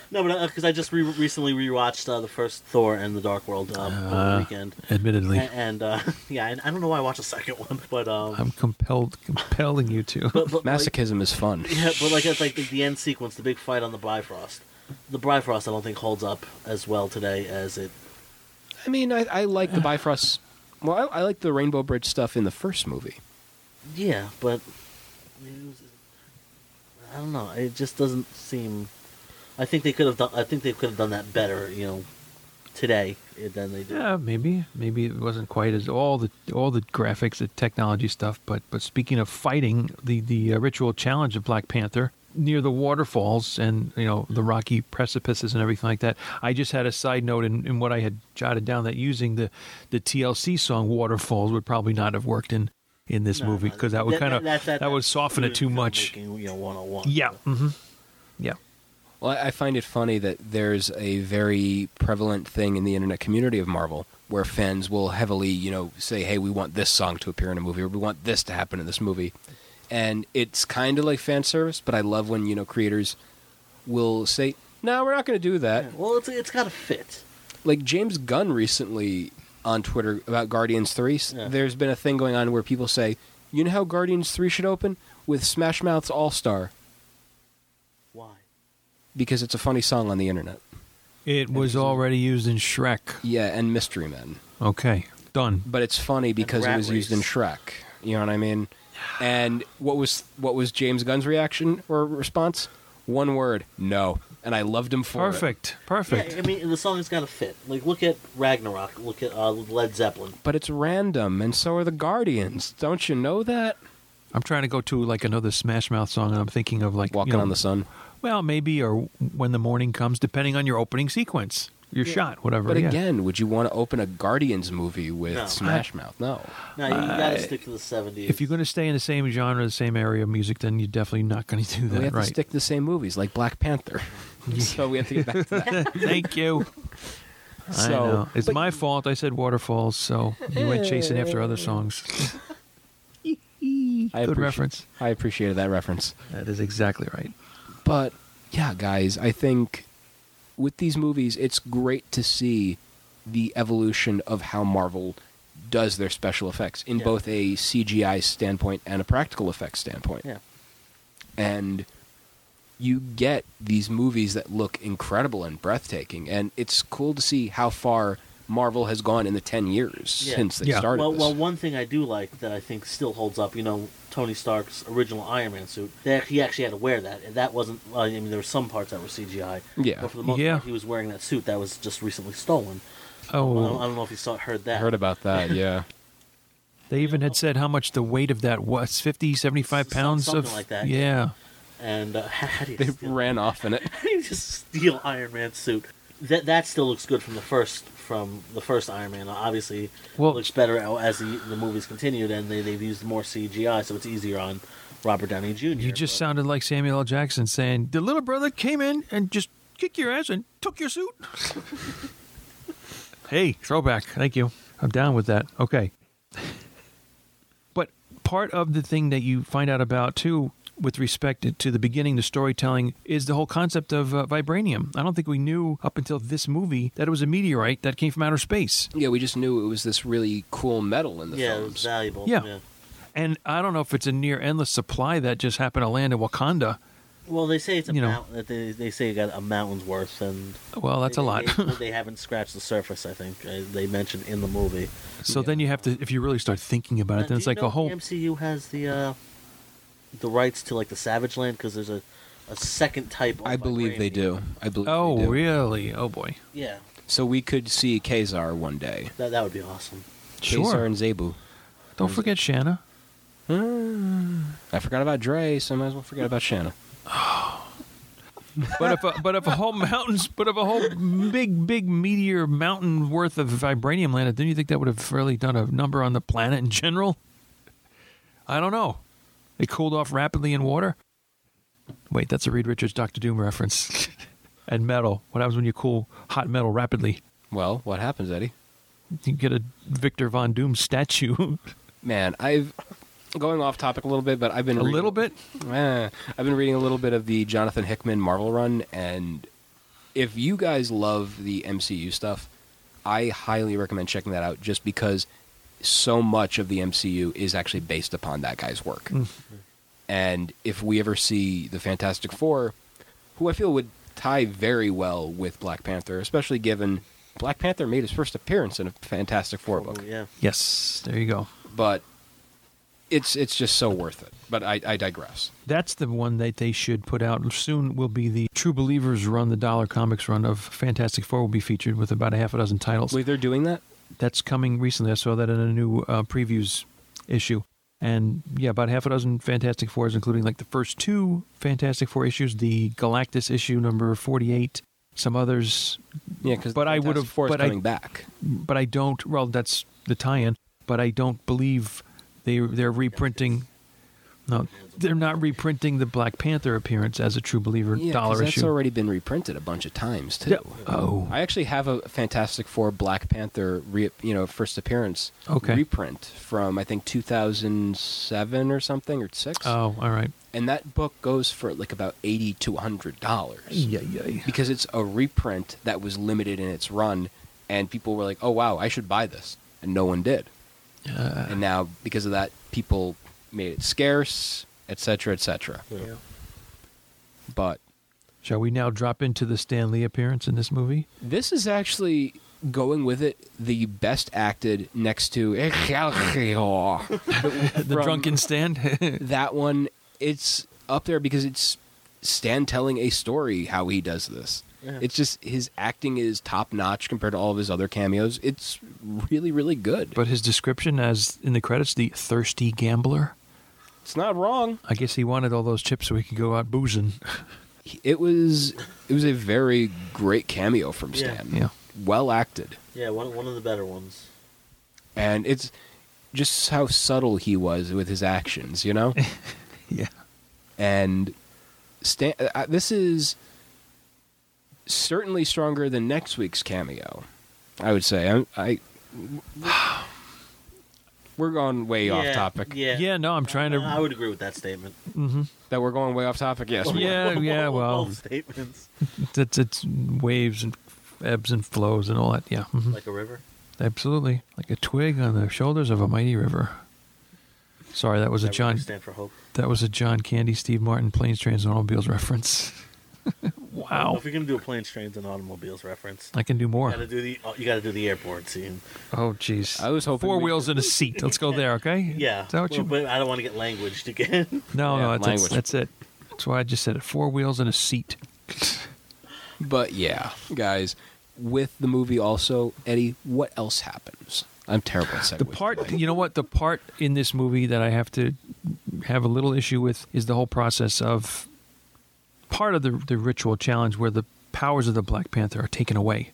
S3: No, but because I just re- recently rewatched uh, the first Thor and the Dark World um, over
S1: Uh,
S3: the weekend,
S1: Admittedly,
S3: A- and uh, yeah, and I don't know why I watched the second one, but um,
S1: I'm compelled, compelling you to.
S3: but, but Like,
S2: Masochism is fun.
S3: yeah, but like it's like the, the end sequence, the big fight on the Bifrost. The Bifrost, I don't think holds up as well today as it.
S2: I mean, I, I like the Bifrost. Well, I, I like the Rainbow Bridge stuff in the first movie.
S3: Yeah, but it was- I don't know. It just doesn't seem. I think they could have done. I think they could have done that better. You know, today than they did.
S1: yeah, maybe, maybe it wasn't quite as all the all the graphics, the technology stuff. But but speaking of fighting, the the uh, ritual challenge of Black Panther near the waterfalls and you know the rocky precipices and everything like that. I just had a side note in, in what I had jotted down that using the the TLC song "Waterfalls" would probably not have worked in in this
S3: No,
S1: movie
S3: no,
S1: because that would kind of that,
S3: that's- that-
S1: would
S3: that's
S1: soften it too
S3: student
S1: much.
S3: filmmaking, you know, 101.
S1: Yeah, hmm yeah.
S2: Well, I, I find it funny that there's a very prevalent thing in the internet community of Marvel where fans will heavily, you know, say, "Hey, we want this song to appear in a movie, or we want this to happen in this movie," and it's kind of like fan service. But I love when you know creators will say, "No, we're not going to do that."
S3: Well, it's it's got to fit.
S2: like James Gunn recently on Twitter about Guardians 3,
S3: Yeah.
S2: there's been a thing going on where people say, you know how Guardians 3 should open? With Smash Mouth's All Star,
S3: Why?
S2: because it's a funny song on the internet.
S1: It was already used in Shrek.
S2: Yeah, and Mystery Men.
S1: Okay, done.
S2: But it's funny because it
S3: Rat
S2: was used in
S3: Race.
S2: Shrek. You know what I mean? And what was what was James Gunn's reaction or response? One word, no. And I loved him for it.
S1: Perfect. Perfect.
S3: Yeah, I mean, the song has got to fit. Like, look at Ragnarok. Look at uh, Led Zeppelin.
S2: But it's random, and so are the Guardians. Don't you know that?
S1: I'm trying to go to like another Smash Mouth song, and I'm thinking of like you
S2: Walking
S1: know,
S2: on the Sun.
S1: Well, maybe or when the morning comes, depending on your opening sequence, your shot, whatever.
S2: But
S1: yeah.
S2: again, would you want to open a Guardians movie with
S3: No.
S2: Smash Mouth? No.
S3: No, you got to stick to the 70s.
S1: if you're going to stay in the same genre, the same area of music, then you're definitely not going to
S2: we
S1: do that,
S2: have
S1: right?
S2: to stick to the same movies, like Black Panther. so we have to get back to that.
S1: Thank you. I
S2: So-
S1: know. It's my fault. I said waterfalls, so you went chasing after other songs.
S2: I
S1: Good
S2: appreci-
S1: reference.
S2: I appreciated that reference.
S1: That is exactly right.
S2: But yeah, guys, I think with these movies, it's great to see the evolution of how Marvel does their special effects in
S3: Yeah.
S2: both a CGI standpoint and a practical effects standpoint.
S3: yeah.
S2: And you get these movies that look incredible and breathtaking, and it's cool to see how far Marvel has gone in the ten years
S3: Yeah.
S2: since they
S1: Yeah.
S2: started.
S3: Well,
S2: this.
S3: well, one thing I do like that I think still holds up, you know, Tony Stark's original Iron Man suit. That he actually had to wear that, and that wasn't. Uh, I mean, there were some parts that were CGI.
S2: Yeah.
S3: But for the most
S1: Yeah.
S3: part, he was wearing that suit that was just recently stolen. I, don't, I
S1: Oh,
S3: don't know if you saw heard
S2: I
S3: that.
S2: heard about that, yeah.
S1: they even had said how much the weight of that was 50, 75
S3: Some-
S1: pounds
S3: something
S1: of.
S3: like that.
S1: Yeah.
S3: And uh, how do you
S2: They
S3: steal-
S2: ran off in it.
S3: you just steal Iron Man's suit. That that still looks good from the first from the first Iron Man. Obviously,
S1: Well-
S3: looks better as the, the movies continued, and they they've used more CGI, so it's easier on Robert Downey Jr.
S1: You just
S3: but-
S1: sounded like Samuel L. Jackson saying, The little brother came in and just kicked your ass and took your suit. hey, throwback. Thank you. I'm down with that. Okay. But part of the thing that you find out about, too, with respect to the beginning, the storytelling, is the whole concept of uh, vibranium. I don't think we knew up until this movie that it was a meteorite that came from outer space.
S2: Yeah, we just knew it was this really cool metal in the
S3: yeah, it was
S2: films.
S3: valuable.
S1: Yeah. And I don't know if it's a near endless supply that just happened to land in Wakanda.
S3: Well, they say it's a
S1: You know.
S3: mount, that they they say you got a mountain's worth, and
S1: Well, that's
S3: they,
S1: a lot.
S3: They, they haven't scratched the surface. I think uh, they mentioned in the movie.
S1: So then you have to, if you really start thinking about
S3: Uh,
S1: it, then
S3: do
S1: it's
S3: you
S1: like
S3: know
S1: a whole.
S3: The MCU has the uh, the rights to like the Savage Land because there's a, a second type. of
S2: I believe they
S3: vibranium.
S2: do. I believe.
S1: Oh,
S2: they do.
S1: really? Oh boy.
S3: Yeah,
S2: So we could see Kazar one day.
S3: that that would be awesome.
S1: Sure.
S2: Kazar and Zebu.
S1: Don't forget Shanna.
S2: I forgot about Dre, so I might as well forget about Shanna.
S1: But if a, but if a whole mountains, but if a whole big big meteor mountain worth of vibranium landed, don't you think that would have really done a number on the planet in general? I don't know. It cooled off rapidly in water. Wait, that's a Reed Richards Doctor Doom reference. and metal. What happens when you cool hot metal rapidly?
S2: Well, what happens, Eddie?
S1: You get a Victor Von Doom statue.
S2: Man, I've going off topic a little bit, but I've been
S1: a
S2: reading-
S1: little bit.
S2: Eh, I've been reading a little bit of the Jonathan Hickman Marvel run, and if you guys love the MCU stuff, I highly recommend checking that out. Just because so much of the MCU is actually based upon that guy's work, and if we ever see the Fantastic Four, who I feel would tie very well with Black Panther, especially given Black Panther made his first appearance in a Fantastic Four book,
S3: Oh, Yeah.
S1: Yes, there you go.
S2: but. It's it's just so worth it, but I, I digress.
S1: That's the one that they should put out soon. Will be the True Believers run, the Dollar Comics run of Fantastic Four will be featured with about a half a dozen titles.
S2: Wait, they're doing that?
S1: That's coming recently. I saw that in a new uh, previews issue, and yeah, about half a dozen Fantastic Fours, including like the first two Fantastic Four issues, the Galactus issue number forty-eight, some others.
S2: Yeah, because
S1: But I would've-
S2: forced
S1: but I-
S2: coming back.
S1: But I don't. Well, that's the tie-in. But I don't believe they they're reprinting. No, they're not reprinting the Black Panther appearance as a True Believer
S2: Yeah, 'cause
S1: dollar
S2: that's
S1: issue.
S2: already been reprinted a bunch of times too.
S1: Yeah. Oh,
S2: I actually have a Fantastic Four Black Panther, re, you know, first appearance
S1: Okay.
S2: reprint from I think 2007 or something or six,
S1: oh, all right.
S2: and that book goes for like about eighty to hundred dollars
S1: yeah.
S2: because it's a reprint that was limited in its run, and people were like, "Oh wow, I should buy this," and no one did. and now because of that, people made it scarce, etc., etc. But
S1: Shall we now drop into the Stan Lee appearance in this movie?
S2: This is actually going with it the best acted next to
S1: The
S2: the
S1: drunken Stan.
S2: that one it's up there because it's Stan telling a story how he does this.
S3: Yeah.
S2: It's just his acting is top notch compared to all of his other cameos. It's really, really good.
S1: But his description as in the credits, the thirsty gambler.
S2: it's not wrong.
S1: I guess he wanted all those chips so he could go out boozing.
S2: It was it was a very great cameo from
S3: Yeah.
S2: Stan.
S1: Yeah.
S2: Well acted.
S3: Yeah, one one of the better ones.
S2: And it's just how subtle he was with his actions, you know?
S1: Yeah.
S2: and Stan, uh, this is certainly stronger than next week's cameo. I would say I, I we're going way off
S3: Yeah,
S2: topic.
S3: Yeah,
S1: Yeah, no, I'm trying to. Mm-hmm.
S3: I would agree with that statement.
S2: That we're going way off topic. Yes, we-
S1: Yeah, yeah, well,
S3: Both statements
S1: it's, it's waves and ebbs and flows and all that. Yeah. mhm.
S3: like a river.
S1: Absolutely. Like a twig on the shoulders of a mighty river. Sorry, that was a
S3: That
S1: John
S3: stand for hope.
S1: that was a John Candy Steve Martin Planes Trains and Automobiles reference. wow.
S3: If you're gonna do a planes, trains, and automobiles reference,
S1: I can do
S3: you
S1: more.
S3: gotta do the oh, you gotta do the airport scene.
S1: Oh jeez.
S2: I was hoping
S1: four
S2: we-
S1: wheels and a seat. Let's go there, okay?
S3: Yeah,
S1: Is that what
S3: well,
S1: you
S3: but I don't want to get languaged again.
S1: No,
S2: Yeah,
S1: no, that's,
S2: language.
S1: that's that's it. That's why I just said it. Four wheels and a seat.
S2: but yeah, guys. With the movie, also Eddie, what else happens? I'm terrible at segues.
S1: The part, you know what, the part in this movie that I have to have a little issue with is the whole process of part of the the ritual challenge where the powers of the Black Panther are taken away.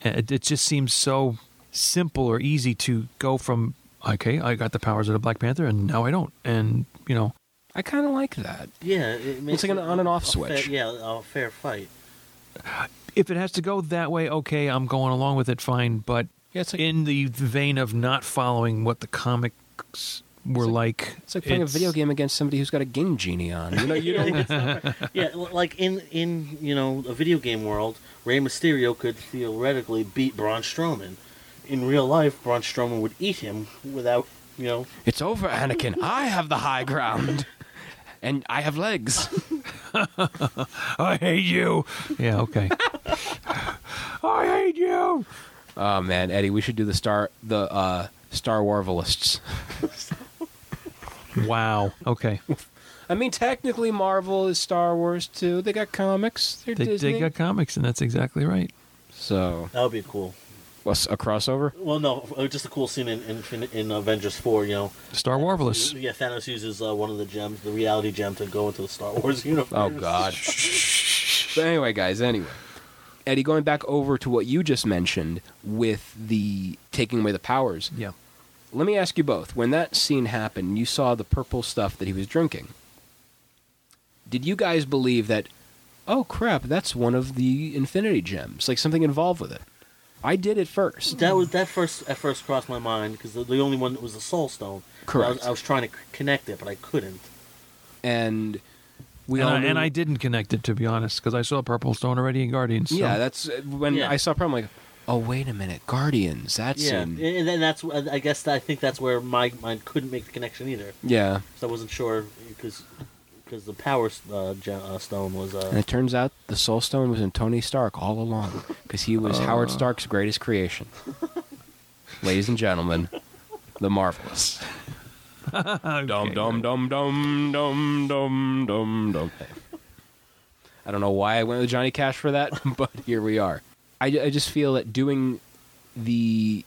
S1: And It, it just seems so simple or easy to go from okay, I got the powers of the Black Panther, and now I don't, and you know,
S2: I kind of like that.
S3: Yeah, it makes
S2: like an
S3: it
S2: on and off
S3: a
S2: switch.
S3: Fair, yeah, a fair fight.
S1: if it has to go that way, okay, I'm going along with it, fine. But
S2: Yeah, it's like-
S1: in the vein of not following what the comics were like,
S2: It's like playing a video game against somebody who's got a game genie on. You know, you don't
S3: Yeah, l- like in in you know a video game world, Rey Mysterio could theoretically beat Braun Strowman. In real life, Braun Strowman would eat him without you know.
S2: It's over, Anakin. I have the high ground. And I have legs.
S1: I hate you. Yeah, okay. I hate you.
S2: Oh man, Eddie, we should do the star the uh Star Warvelists.
S1: Wow. Okay.
S2: I mean technically Marvel is Star Wars too. They got comics. They're
S1: They,
S2: Disney.
S1: they got comics, and that's exactly right.
S2: So
S3: That would be cool.
S2: what's a crossover?
S3: Well, no, uh, just a cool scene in in, Infin- in Avengers Four. You know,
S1: Star Warvelous.
S3: yeah, Thanos uses uh, one of the gems, the reality gem, to go into the Star Wars universe.
S2: Oh god. but anyway, guys, anyway. Eddie, going back over to what you just mentioned with the taking away the powers.
S1: Yeah.
S2: Let me ask you both. When that scene happened, you saw the purple stuff that he was drinking. Did you guys believe that, oh crap, that's one of the Infinity Gems? Like something involved with it? I did at first.
S3: That was that first at first crossed my mind because the, the only one that was the Soul Stone. But I was,
S2: Correct.
S3: I was trying to c- connect it, but I couldn't.
S2: And we
S1: And
S2: all.
S1: I,
S2: knew-
S1: and I didn't connect it to be honest, because I saw Purple Stone already in Guardians. so-
S2: Yeah, that's uh, when
S3: Yeah.
S2: I saw Problem, like, oh, wait a minute, Guardians, that
S3: Yeah, and,
S2: scene.
S3: and then that's wh- I guess I think that's where my mind couldn't make the connection either.
S2: Yeah.
S3: So I wasn't sure because because the Power uh, gem, uh, Stone was
S2: And
S3: uh,
S2: it turns out the Soul Stone was in Tony Stark all along because he was Howard
S1: Uh.
S2: Stark's greatest creation. Ladies and gentlemen, the marvelous.
S1: Okay.
S2: Dum dum dum dum dum dum dum dum. I don't know why I went with Johnny Cash for that, but here we are. I, I just feel that doing the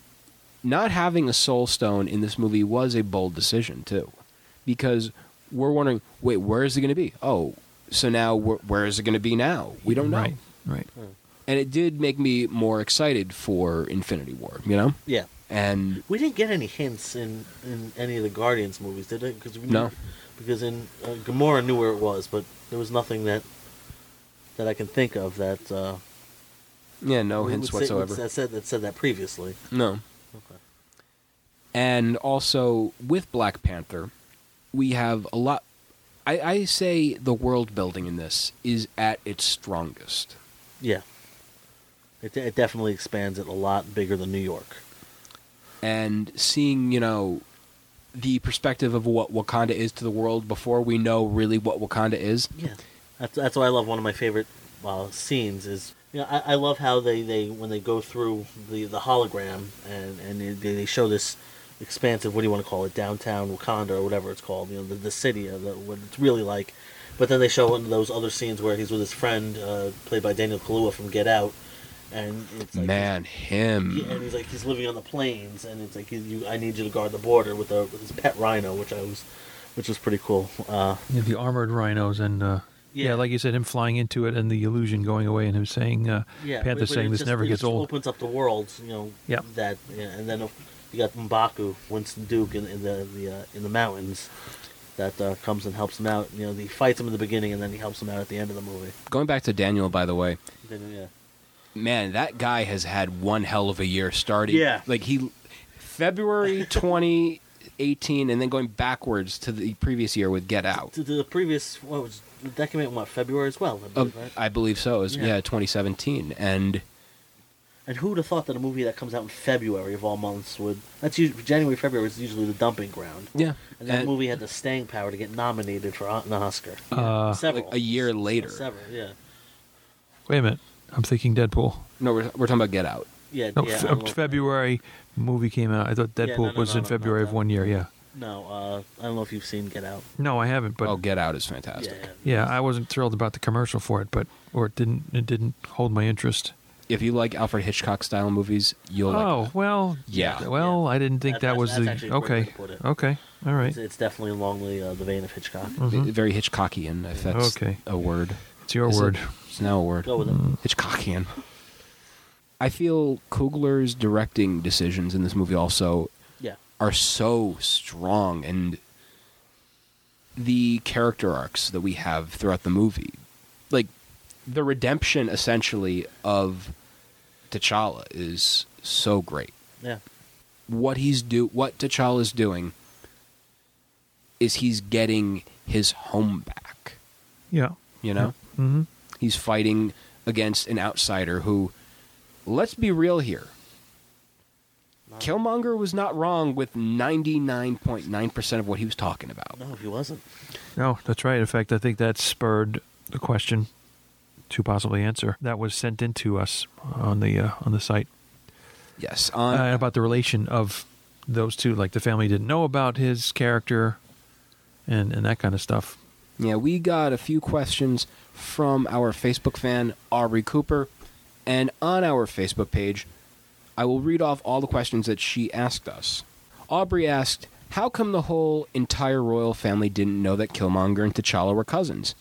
S2: not having a soul stone in this movie was a bold decision too, because we're wondering, wait, where is it going to be? Oh, so now where, where is it going to be now? We don't know.
S1: Right. Right.
S2: And it did make me more excited for Infinity War, you know.
S3: yeah.
S2: And
S3: We didn't get any hints in, in any of the Guardians movies, did it? Because we
S2: No.
S3: because in uh, Gamora knew where it was, but there was nothing that that I can think of that uh,
S2: yeah, no
S3: would
S2: Oh, hints
S3: say- would
S2: whatsoever.
S3: that said that said that previously.
S2: No.
S3: Okay.
S2: And also with Black Panther, we have a lot. I, I say the world building in this is at its strongest.
S3: Yeah. It, de- it definitely expands it a lot bigger than New York.
S2: And seeing, you know, the perspective of what Wakanda is to the world before we know really what Wakanda is.
S3: Yeah, that's that's why I love one of my favorite uh, scenes is you know I, I love how they, they when they go through the, the hologram and and they, they show this expansive what do you want to call it downtown Wakanda or whatever it's called you know the, the city of the, what it's really like But then they show one of those other scenes where he's with his friend, uh, played by Daniel Kaluuya from Get Out, and it's like
S2: Man,
S3: he-
S2: him.
S3: and he's like he's living on the plains, and it's like you, I need you to guard the border with a with his pet rhino, which I was, which was pretty cool. Uh,
S1: Yeah, the armored rhinos and uh, yeah.
S3: Yeah.
S1: like you said, him flying into it and the illusion going away and him saying, uh,
S3: yeah,
S1: Panther
S3: but- but
S1: saying
S3: it
S1: this
S3: just-
S1: never
S3: it
S1: gets
S3: just
S1: old.
S3: Opens up the world, you know.
S1: Yeah.
S3: That yeah, and then uh, you got Mbaku, Winston Duke, in, in the the uh, in the mountains, that uh, comes and helps him out. You know, he fights him in the beginning, and then he helps him out at the end of the movie.
S2: Going back to Daniel, by the way,
S3: Then, yeah.
S2: man, that guy has had one hell of a year starting.
S3: Yeah.
S2: Like he February 2018 and then going backwards to the previous year with Get Out.
S3: To the previous, what was that came out in what February as well? I
S2: Of-
S3: believe, right?
S2: Oh, I believe so. It was,
S3: Yeah.
S2: yeah, 2017 and
S3: And who'd have thought that a movie that comes out in February of all months would? That's usually, January, February is usually the dumping ground.
S2: yeah,
S3: And that
S2: and
S3: movie had the staying power to get nominated for an Oscar.
S1: Uh,
S3: several.
S2: like a year later.
S3: Several, yeah.
S1: Wait a minute, I'm thinking Deadpool.
S2: No, we're, we're talking about Get Out.
S3: Yeah,
S1: No,
S3: yeah.
S1: Fe-
S3: I don't know-
S1: February movie came out. I thought Deadpool
S3: no, no,
S1: was
S3: no,
S1: in
S3: no, not
S1: February of
S3: that.
S1: one year. Yeah,
S3: No, uh, I don't know if you've seen Get Out.
S1: no, I haven't. But
S2: oh, Get Out is
S3: Yeah,
S2: fantastic.
S3: yeah.
S1: yeah, I wasn't thrilled about the commercial for it, but or it didn't it didn't hold my interest.
S2: If you like Alfred Hitchcock style movies, you'll
S1: oh
S2: like.
S1: well,
S2: Yeah.
S1: Well, I didn't think
S3: That-
S1: that
S3: that's-
S1: was
S3: that's
S1: the
S3: actually a great way
S1: okay.
S3: to put it.
S1: Okay, Mm. all right.
S3: It's, it's definitely along the uh, the vein of Hitchcock.
S2: v- Very Hitchcockian, if that's
S1: Mm-hmm. Okay.
S2: a word.
S1: It's your
S2: Is it?
S1: word.
S2: It's now a word.
S3: Go with
S1: Mm.
S3: it.
S2: Hitchcockian. I feel Kugler's directing decisions in this movie also
S3: Yeah,
S2: are so strong, and the character arcs that we have throughout the movie, like the redemption essentially of T'Challa, is so great.
S3: yeah,
S2: What he's do, what T'Challa's doing, is he's getting his home back.
S1: Yeah.
S2: You know,
S1: hmm
S2: He's fighting against an outsider who, let's be real here, Killmonger was not wrong with 99.9% of what he was talking about.
S3: No, he wasn't.
S1: No, that's right. In fact, I think that spurred the question to possibly answer that was sent in to us on the uh, on the site
S2: Yes. On,
S1: uh, about the relation of those two. Like the family didn't know about his character and and that kind of stuff.
S2: yeah, we got a few questions from our Facebook fan, Aubrey Cooper. And on our Facebook page, I will read off all the questions that she asked us. Aubrey asked, How come the whole entire royal family didn't know that Killmonger and T'Challa were cousins?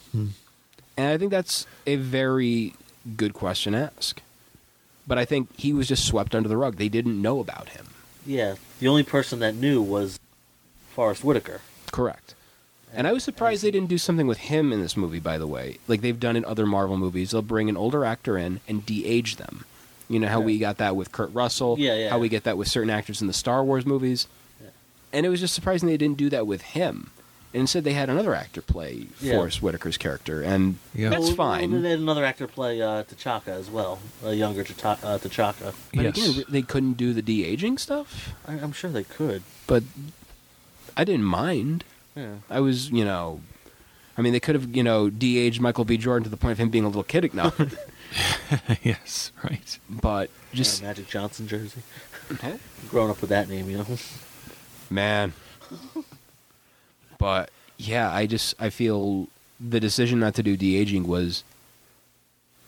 S2: And I think that's a very good question to ask. But I think he was just swept under the rug. They didn't know about him.
S3: Yeah, the only person that knew was Forrest Whitaker.
S2: Correct. And I was surprised they didn't do something with him in this movie, by the way. Like they've done in other Marvel movies, they'll bring an older actor in and de age them. You know how we got that with Kurt Russell,
S3: Yeah, yeah.
S2: how we get that with certain actors in the Star Wars movies. And it was just surprising they didn't do that with him. And instead, they had another actor play
S3: Yeah.
S2: Forrest Whitaker's character, and
S1: Yeah.
S2: that's
S3: Well,
S2: fine.
S3: Oh, They had another actor play uh, T'Chaka as well, a younger T'Cha- uh, T'Chaka.
S2: But
S1: yes.
S2: again, they couldn't do the de aging stuff,
S3: I, I'm sure they could.
S2: but I didn't mind.
S3: Yeah.
S2: I was, you know, I mean, they could have, you know, de-aged Michael B. Jordan to the point of him being a little kid again,
S1: yes. Right.
S2: but just
S3: Just Magic Johnson jersey.
S2: Huh?
S3: Growing up with that name, you know.
S2: man. But yeah, I just I feel the decision not to do de-aging was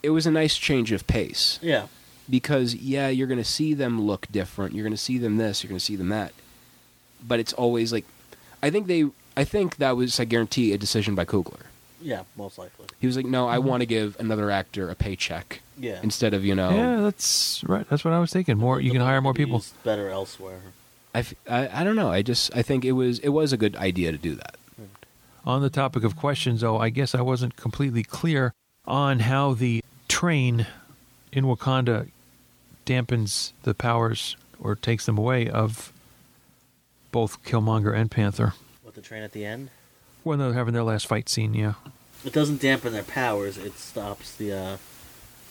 S2: it was a nice change of pace
S3: Yeah.
S2: because yeah, you're going to see them look different. You're going to see them this, you're going to see them that. But it's always like I think they I think that was I guarantee a decision by Kugler.
S3: Yeah, most likely.
S2: He was like, "No, I want to give another actor a paycheck
S3: Yeah.
S2: instead of, you
S3: Oh.
S2: know,
S1: Yeah, that's right. That's what I was thinking. More, you
S3: The
S1: can
S3: money
S1: hire more
S3: could be
S1: people.
S3: used Better elsewhere.
S2: I, f- I- I don't know. I just I think it was it was a good idea to do that.
S1: On the topic of questions, though, I guess I wasn't completely clear on how the train in Wakanda dampens the powers or takes them away of both Killmonger and Panther
S3: With the train at the end,
S1: when they're having their last fight scene. Yeah,
S3: it doesn't dampen their powers. It stops the, uh,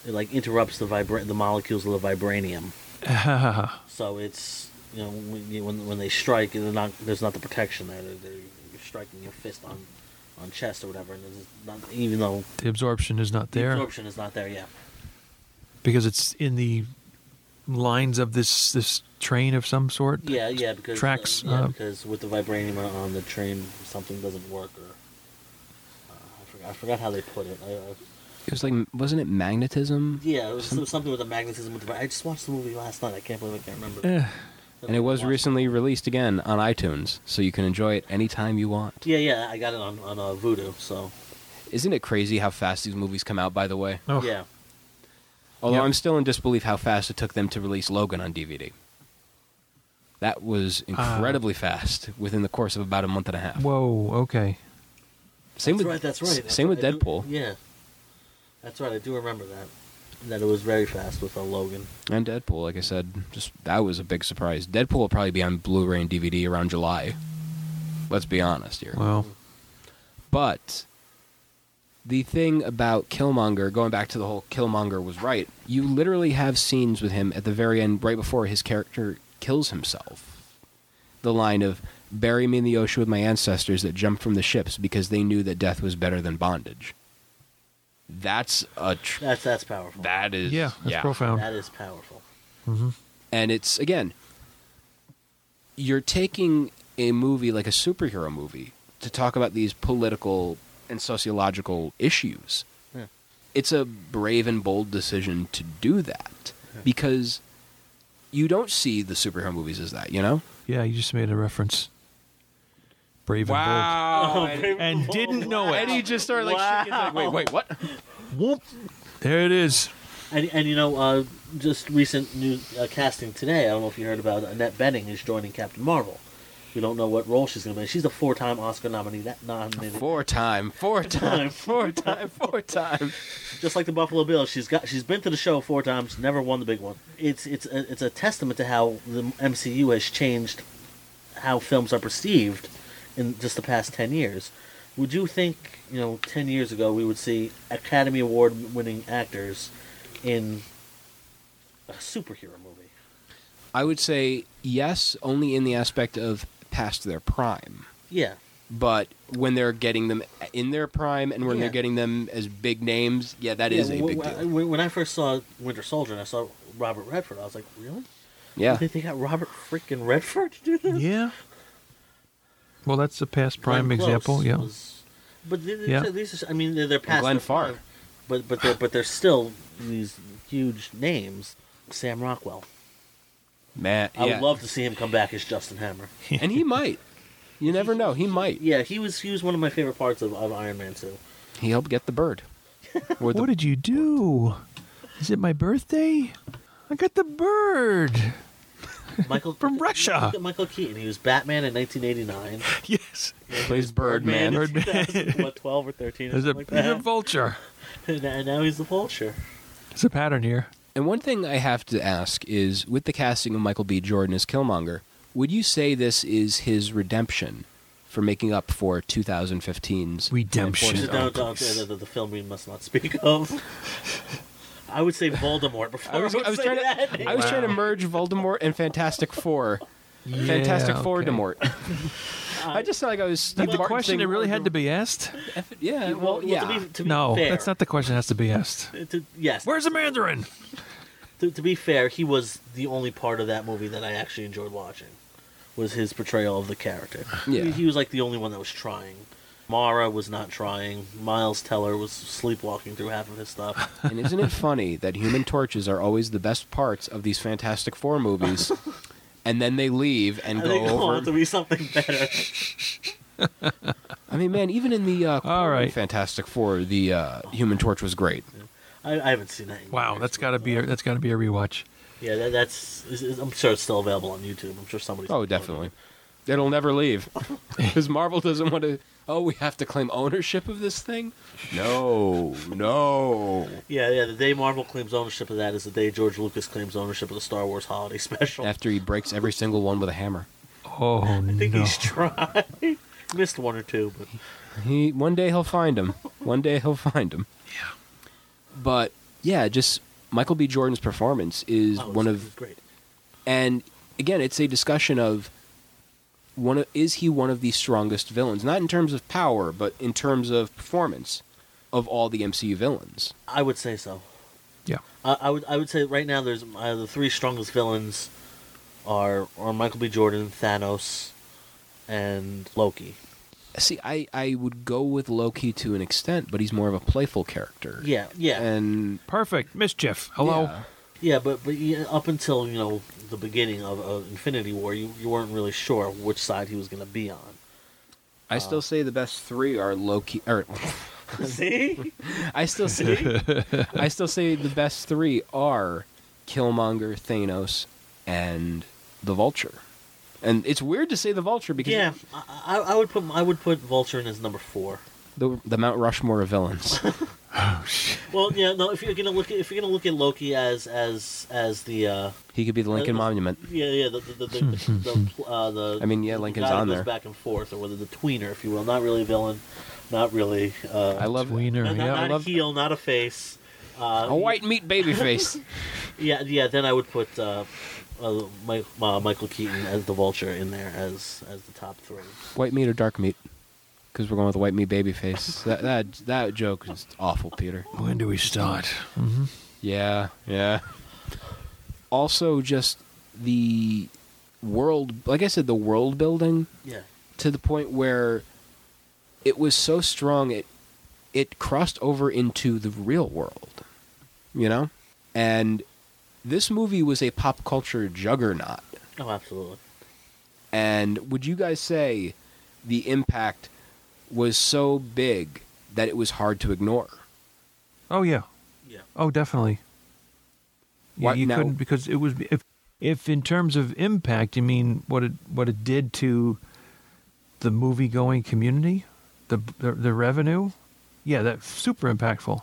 S3: it like interrupts the vibra- the molecules of the vibranium. so it's you know when you- when, when they strike, they're not there's not the protection there. They're, they're you're striking your fist on on chest or whatever, and there's not even though
S1: the absorption is not
S3: the
S1: there
S3: absorption is not there yet.
S1: because it's in the lines of this this train of some sort.
S3: Yeah, yeah, because
S1: Tracks,
S3: Uh, yeah,
S1: uh,
S3: because with the vibranium on- on the train, something doesn't work, or uh, I forgot I forgot how they put it. I, I,
S2: It was like, wasn't it magnetism?
S3: yeah, it was some- something with the magnetism. With the, I just watched the movie last night. I can't believe I can't remember.
S1: Eh.
S2: And it was
S3: Watched
S2: recently released again on iTunes, so you can enjoy it anytime you want.
S3: Yeah, yeah, I got it on on uh, Voodoo. So
S2: Isn't it crazy how fast these movies come out, by the way?
S1: Oh.
S3: yeah,
S2: Although
S1: Yeah.
S2: I'm still in disbelief how fast it took them to release Logan on DVD. That was
S1: Ah.
S2: incredibly fast within the course of about a month and a half.
S1: Whoa. Okay.
S2: same
S3: that's
S2: with
S3: right. That's right. That's
S2: same
S3: right,
S2: with
S3: I do-
S2: Deadpool.
S3: yeah, that's right. I do remember that. That it was very fast with uh, Logan.
S2: And Deadpool, like I said, just that was a big surprise. Deadpool will probably be on Blu-ray and DVD around July. Let's be honest here.
S1: Well.
S2: But the thing about Killmonger, going back to the whole Killmonger was right, you literally have scenes with him at the very end, right before his character kills himself. The line of, bury me in the ocean with my ancestors that jumped from the ships because they knew that death was better than bondage. That's a. Tr-
S3: That's that's powerful.
S2: that is.
S1: Yeah. That's
S2: yeah.
S1: profound.
S3: that is powerful.
S2: And it's again, you're taking a movie like a superhero movie to talk about these political and sociological issues.
S3: Yeah.
S2: It's a brave and bold decision to do that because you don't see the superhero movies as that, you know?
S1: yeah. You just made a reference. Brave
S2: Wow.
S1: and bold. And didn't know it.
S2: And he just started like shaking his head, Wait, wait, what?
S1: Whoop. There it is.
S3: And and you know, uh, just recent new uh, casting today. I don't know if you heard about uh, Annette Benning is joining Captain Marvel. We don't know what role she's going to be. She's a four-time Oscar nominee. That nominated,
S2: Four time, four time, four time, four time.
S3: just like the Buffalo Bills. She's got she's been to the show four times, never won the big one. It's it's a, it's a testament to how the MCU has changed how films are perceived in just the past ten years. Would you think you know ten years ago we would see Academy Award winning actors in a superhero movie?
S2: I would say yes, only in the aspect of past their prime.
S3: Yeah,
S2: but when they're getting them in their prime and when
S3: Yeah.
S2: they're getting them as big names, yeah, that
S3: Yeah,
S2: is a
S3: wh-
S2: big
S3: wh-
S2: deal.
S3: when- When I first saw Winter Soldier and I saw Robert Redford, I was like, really?
S2: Yeah,
S3: They, they got Robert freaking Redford to do this?
S1: Yeah. Well, that's a past prime
S3: Glenn Close
S1: example. Yeah.
S3: was- but th- th-
S1: Yeah.
S3: th- these are, I mean, they're, they're past
S2: Glenn
S3: their
S2: Farr.
S3: prime, but but they're but they're still these huge names. Sam Rockwell.
S2: man,
S3: I
S2: yeah,
S3: would love to see him come back as Justin Hammer.
S2: and he might. You never know. He might.
S3: Yeah, he was he was one of my favorite parts of, of Iron Man too.
S2: He helped get the bird. Or the-
S1: What did you do? Is it my birthday? I got the bird.
S3: Michael
S1: From Russia.
S3: Look at Michael Keaton. He was Batman in 1989.
S1: Yes.
S2: plays Birdman.
S3: in 2000, what 12 or 13? Or
S1: There's a,
S3: something like
S1: there's a
S3: that.
S1: vulture.
S3: And now- now he's the Vulture.
S1: There's a pattern here.
S2: And one thing I have to ask is, with the casting of Michael B. Jordan as Killmonger, would you say this is his redemption for making up for 2015's
S1: Redemption.
S3: Sit down, down, the, the, the film we must not speak of. I would say Voldemort before I,
S2: I was,
S3: would
S2: I was
S3: say
S2: trying
S3: that.
S2: to I was trying to merge Voldemort and Fantastic Four. Fantastic
S1: Yeah,
S2: Four
S1: okay.
S2: Demort. I just felt like I was Steve
S1: Is that the
S2: Martin
S1: question
S2: saying
S1: that really had to be asked?
S2: F- Yeah, well,
S3: Uh, Well,
S2: yeah.
S3: To be, to be
S1: No,
S3: fair, uh,
S1: that's not the question that has to be asked.
S3: To, yes.
S1: Where's the Mandarin?
S3: To, to be fair, he was the only part of that movie that I actually enjoyed watching. Was his portrayal of the character.
S2: Yeah.
S3: He, he was like the only one that was trying. Mara was not trying. Miles Teller was sleepwalking through half of his stuff.
S2: and isn't it funny that human torches are always the best parts of these Fantastic Four movies, and then they leave and
S3: I
S2: go
S3: think
S2: over.
S3: want to be something better.
S2: I mean, man, even in the uh,
S1: All right.
S2: Fantastic Four, the uh, Human Torch was great.
S3: I, I haven't seen that. In
S1: Wow,
S3: years,
S1: that's
S3: but,
S1: got to be
S3: uh,
S1: a, that's got to be a rewatch.
S3: Yeah, that, that's. is- is- I'm sure it's still available on YouTube. I'm sure somebody.
S2: Oh, definitely. It'll never leave because Marvel doesn't want to. Oh, we have to claim ownership of this thing. No, no.
S3: Yeah, yeah. The day Marvel claims ownership of that is the day George Lucas claims ownership of the Star Wars Holiday Special.
S2: After he breaks every single one with a hammer.
S1: Oh
S3: I think
S1: no!
S3: he's tried. Missed one or two, but
S2: He one day he'll find him. One day he'll find him. Yeah. But yeah, just Michael B. Jordan's performance is
S3: oh,
S2: one
S3: it's- it's
S2: of,
S3: great.
S2: and again, it's a discussion of one. Of, is he one of the strongest villains? Not in terms of power, but in terms of performance of all the MCU villains.
S3: I would say so.
S1: yeah,
S3: I, I would. I would say right now there's uh, the three strongest villains are are Michael B. Jordan, Thanos, and Loki.
S2: See, I, I would go with Loki to an extent, but he's more of a playful character.
S3: Yeah, yeah.
S2: And
S1: Perfect. Mischief. Hello.
S2: Yeah.
S3: Yeah, but but yeah, up until you know the beginning of uh, Infinity War, you, you weren't really sure which side he was going to be on.
S2: I
S3: Uh.
S2: still say the best three are Loki. Or
S3: See,
S2: I still say I still say the best three are Killmonger, Thanos, and the Vulture. And it's weird to say the Vulture because
S3: yeah, I, I I would put I would put Vulture in as number four.
S2: the, the Mount Rushmore of villains.
S3: Well, yeah, no. If you're gonna look, at, if you're gonna look at Loki as as as the uh,
S2: he could be the Lincoln
S3: Uh,
S2: Monument.
S3: yeah yeah the the the,
S1: Hmm,
S3: the, the, the, uh, the
S2: I mean, yeah,
S3: the
S2: Lincoln's
S3: guy who
S2: on
S3: goes
S2: there.
S3: back and forth, or whether the tweener, if you will, not really villain, not really uh,
S2: I love
S1: Tweener.
S3: not, not,
S1: yeah, I
S3: not a
S1: love- Oh,
S3: heel, not a face. uh,
S2: a white meat baby face.
S3: Yeah, yeah. Then I would put uh, uh, Mi- uh, Michael Keaton as the Vulture in there as as the top three.
S2: white meat or dark meat? Because we're going with white meat baby face. That that that joke is awful, Peter.
S1: When do we start?
S2: Yeah, yeah. Also, just the world, like I said, the world building
S3: Yeah,
S2: to the point where it was so strong it it crossed over into the real world, you know. And this movie was a pop culture juggernaut.
S3: oh, absolutely.
S2: And would you guys say the impact was so big that it was hard to ignore?
S1: Oh yeah.
S3: Yeah.
S1: Oh, definitely. Yeah,
S2: Why-
S1: you
S2: now-
S1: couldn't because it was if if in terms of impact, you mean what it what it did to the movie going community, the, the the revenue. Yeah, that's super impactful.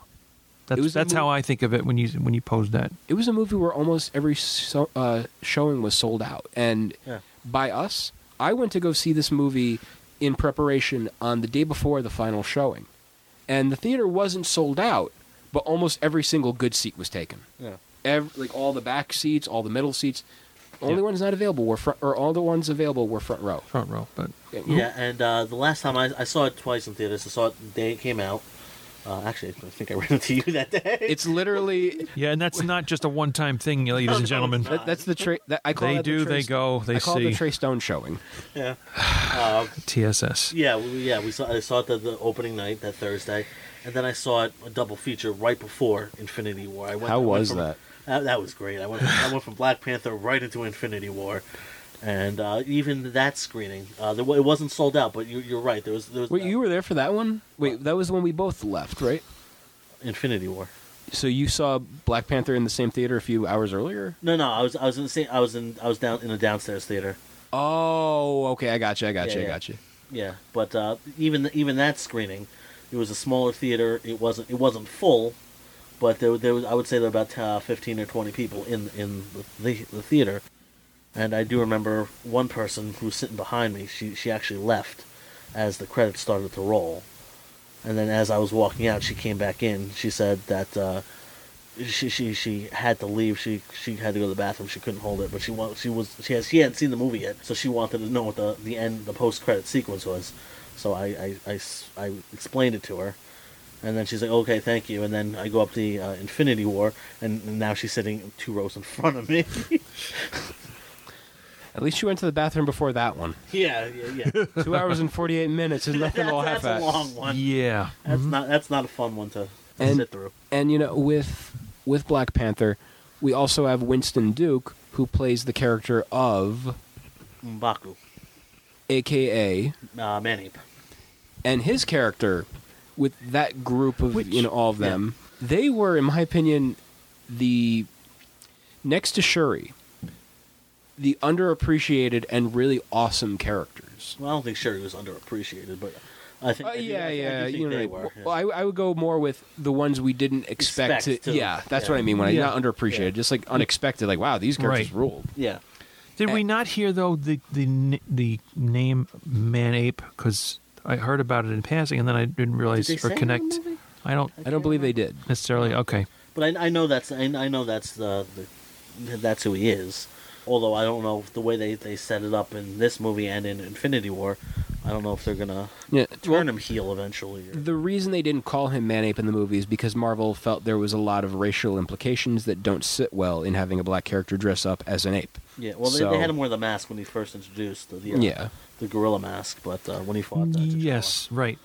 S1: That's
S2: was a
S1: that's how
S2: mov-
S1: I think of it when you when you pose that.
S2: it was a movie where almost every so, uh, showing was sold out, and
S3: Yeah.
S2: by us, I went to go see this movie in preparation on the day before the final showing, and the theater wasn't sold out, but almost every single good seat was taken.
S3: Yeah.
S2: Ev like all the back seats, all the middle seats. Only
S1: Yeah.
S2: ones not available were front, or all the ones available were front row.
S1: Front row, but
S3: Yeah, and uh, the last time I, I saw it twice in theaters, I saw it the day it came out. Uh, actually, I think I ran into you that day.
S2: It's literally
S1: yeah, and that's not just a one time thing, ladies and gentlemen.
S2: that, that's the tra- that, I call
S1: They
S2: that the
S1: do,
S2: Trey-
S1: they go, they
S2: I call it the
S1: see.
S2: Trey Stone showing.
S3: yeah. Um,
S1: TSS.
S3: Yeah, we, yeah, we saw. I saw it the, the opening night that Thursday, and then I saw it a double feature right before Infinity War. I went.
S2: How
S3: I went
S2: was
S3: from-
S2: that?
S3: That, that was great. I went. From, I went from Black Panther right into Infinity War, and uh, even that screening, uh, there, wa- it wasn't sold out. But you, you're right. There was there was
S2: Wait,
S3: that
S2: you were there for that one? Wait, that was when we both left, right?
S3: Infinity War.
S2: So you saw Black Panther in the same theater a few hours earlier?
S3: No, no, I was I was in the same, I was in I was down in the downstairs theater.
S2: Oh, okay, I got you, I got
S3: Yeah,
S2: you,
S3: yeah.
S2: I got you.
S3: Yeah, but uh, even even that screening, it was a smaller theater. It wasn't it wasn't full, but there there was I would say there were about uh, fifteen or twenty people in in the, the the theater, and I do remember one person who was sitting behind me. She she actually left as the credits started to roll, and then as I was walking out, she came back in. She said that. Uh, she, she she had to leave. She she had to go to the bathroom. She couldn't hold it, but she wa- she was she has she hadn't seen the movie yet, so she wanted to know what the, the end the post credit sequence was. So I, I, I s- I explained it to her, and then she's like, "Okay, thank you." And then I go up the uh, Infinity War, and, and now she's sitting two rows in front of me.
S2: At least you went to the bathroom before that one.
S3: yeah, yeah, yeah.
S2: Two hours and 48 minutes is nothing
S3: that's,
S2: to laugh
S3: that's a
S2: at.
S3: long one.
S1: Yeah.
S3: That's not that's not a fun one to, to
S2: Mm-hmm. And-
S3: sit through.
S2: And, you know, with, with Black Panther, we also have Winston Duke, who plays the character of,
S3: Mbaku,
S2: a.k.a.,
S3: uh, Manip.
S2: and his character with that group of you know all of them they were in my opinion the next to shuri the underappreciated and really awesome characters
S3: Well, I don't think Sherry was underappreciated, but I think
S2: Uh,
S3: I do-
S2: yeah,
S3: I- I do
S2: yeah,
S3: think
S2: you know.
S3: they
S2: like,
S3: were,
S2: well,
S3: yeah.
S2: I, I would go more with the ones we didn't expect.
S3: Expect
S2: to,
S3: to-
S2: yeah, that's
S3: yeah.
S2: what I mean when
S1: Yeah.
S2: I not underappreciated, just like unexpected. Like, wow, these characters
S1: Right.
S2: ruled.
S3: Yeah.
S1: Did we
S2: Eh.
S1: not hear though the the n- the name Manape? Because I heard about it in passing, and then I didn't realize
S3: they say
S1: or
S3: it in the
S1: connect.
S3: movie?
S1: I don't
S2: I don't believe they did.
S1: necessarily. Okay,
S3: But I, I know that's I, I know that's the, the that's who he is. Although I don't know if the way they, they set it up in this movie and in Infinity War, I don't know if they're gonna
S2: Yeah.
S3: turn him heel eventually. Or,
S2: The reason they didn't call him Manape in the movie is because Marvel felt there was a lot of racial implications that don't sit well in having a black character dress up as an ape.
S3: yeah, well, they,
S2: So-
S3: they had him wear the mask when he first introduced the the, uh,
S2: Yeah.
S3: the gorilla mask, but uh, when he fought that,
S1: Yes, right,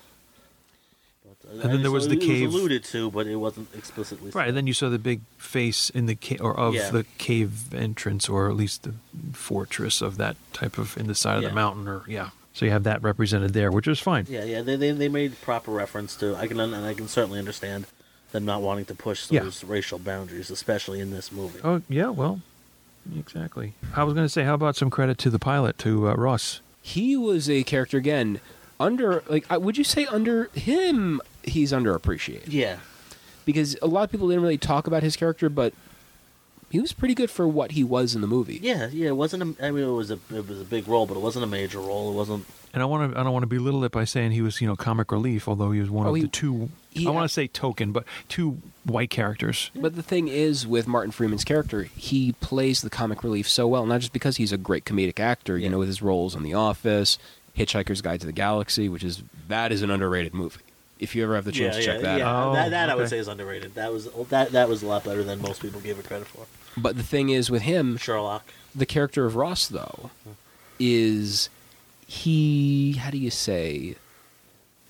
S3: T'Challa.
S1: And then there was
S3: it
S1: the cave-
S3: was alluded to, but it wasn't explicitly. said.
S1: right. And then you saw the big face in the ca- or of
S3: Yeah.
S1: the cave entrance, or at least the fortress of that type of in the side of
S3: Yeah.
S1: the mountain, or yeah. So you have that represented there, which is fine.
S3: Yeah, yeah, they, they they made proper reference to. I can un- and I can certainly understand them not wanting to push
S1: Yeah.
S3: those racial boundaries, especially in this movie.
S1: Oh yeah, well, exactly. I was going to say, how about some credit to the pilot to uh, Ross?
S2: He was a character again under like I- would you say under him he's underappreciated
S3: Yeah,
S2: because a lot of people didn't really talk about his character, but he was pretty good for what he was in the movie.
S3: yeah, yeah. It wasn't. A, I mean, it was a it was a big role, but it wasn't a major role. It wasn't.
S1: And I want to I don't want to belittle it by saying he was you know comic relief, although he was one
S2: Oh,
S1: of
S2: he-
S1: the two.
S2: he-
S1: I want to say token, but two white characters.
S2: But the thing is, with Martin Freeman's character, he plays the comic relief so well, not just because he's a great comedic actor, you
S3: Yeah.
S2: know, with his roles on The Office, Hitchhiker's Guide to the Galaxy, which is that is an underrated movie. If you ever have the chance to check that out.
S1: out.
S3: that, that I would
S1: okay.
S3: say is underrated. That was that that was a lot better than most people give it credit for.
S2: But the thing is, with him,
S3: Sherlock.
S2: the character of Ross, though, is he, how do you say,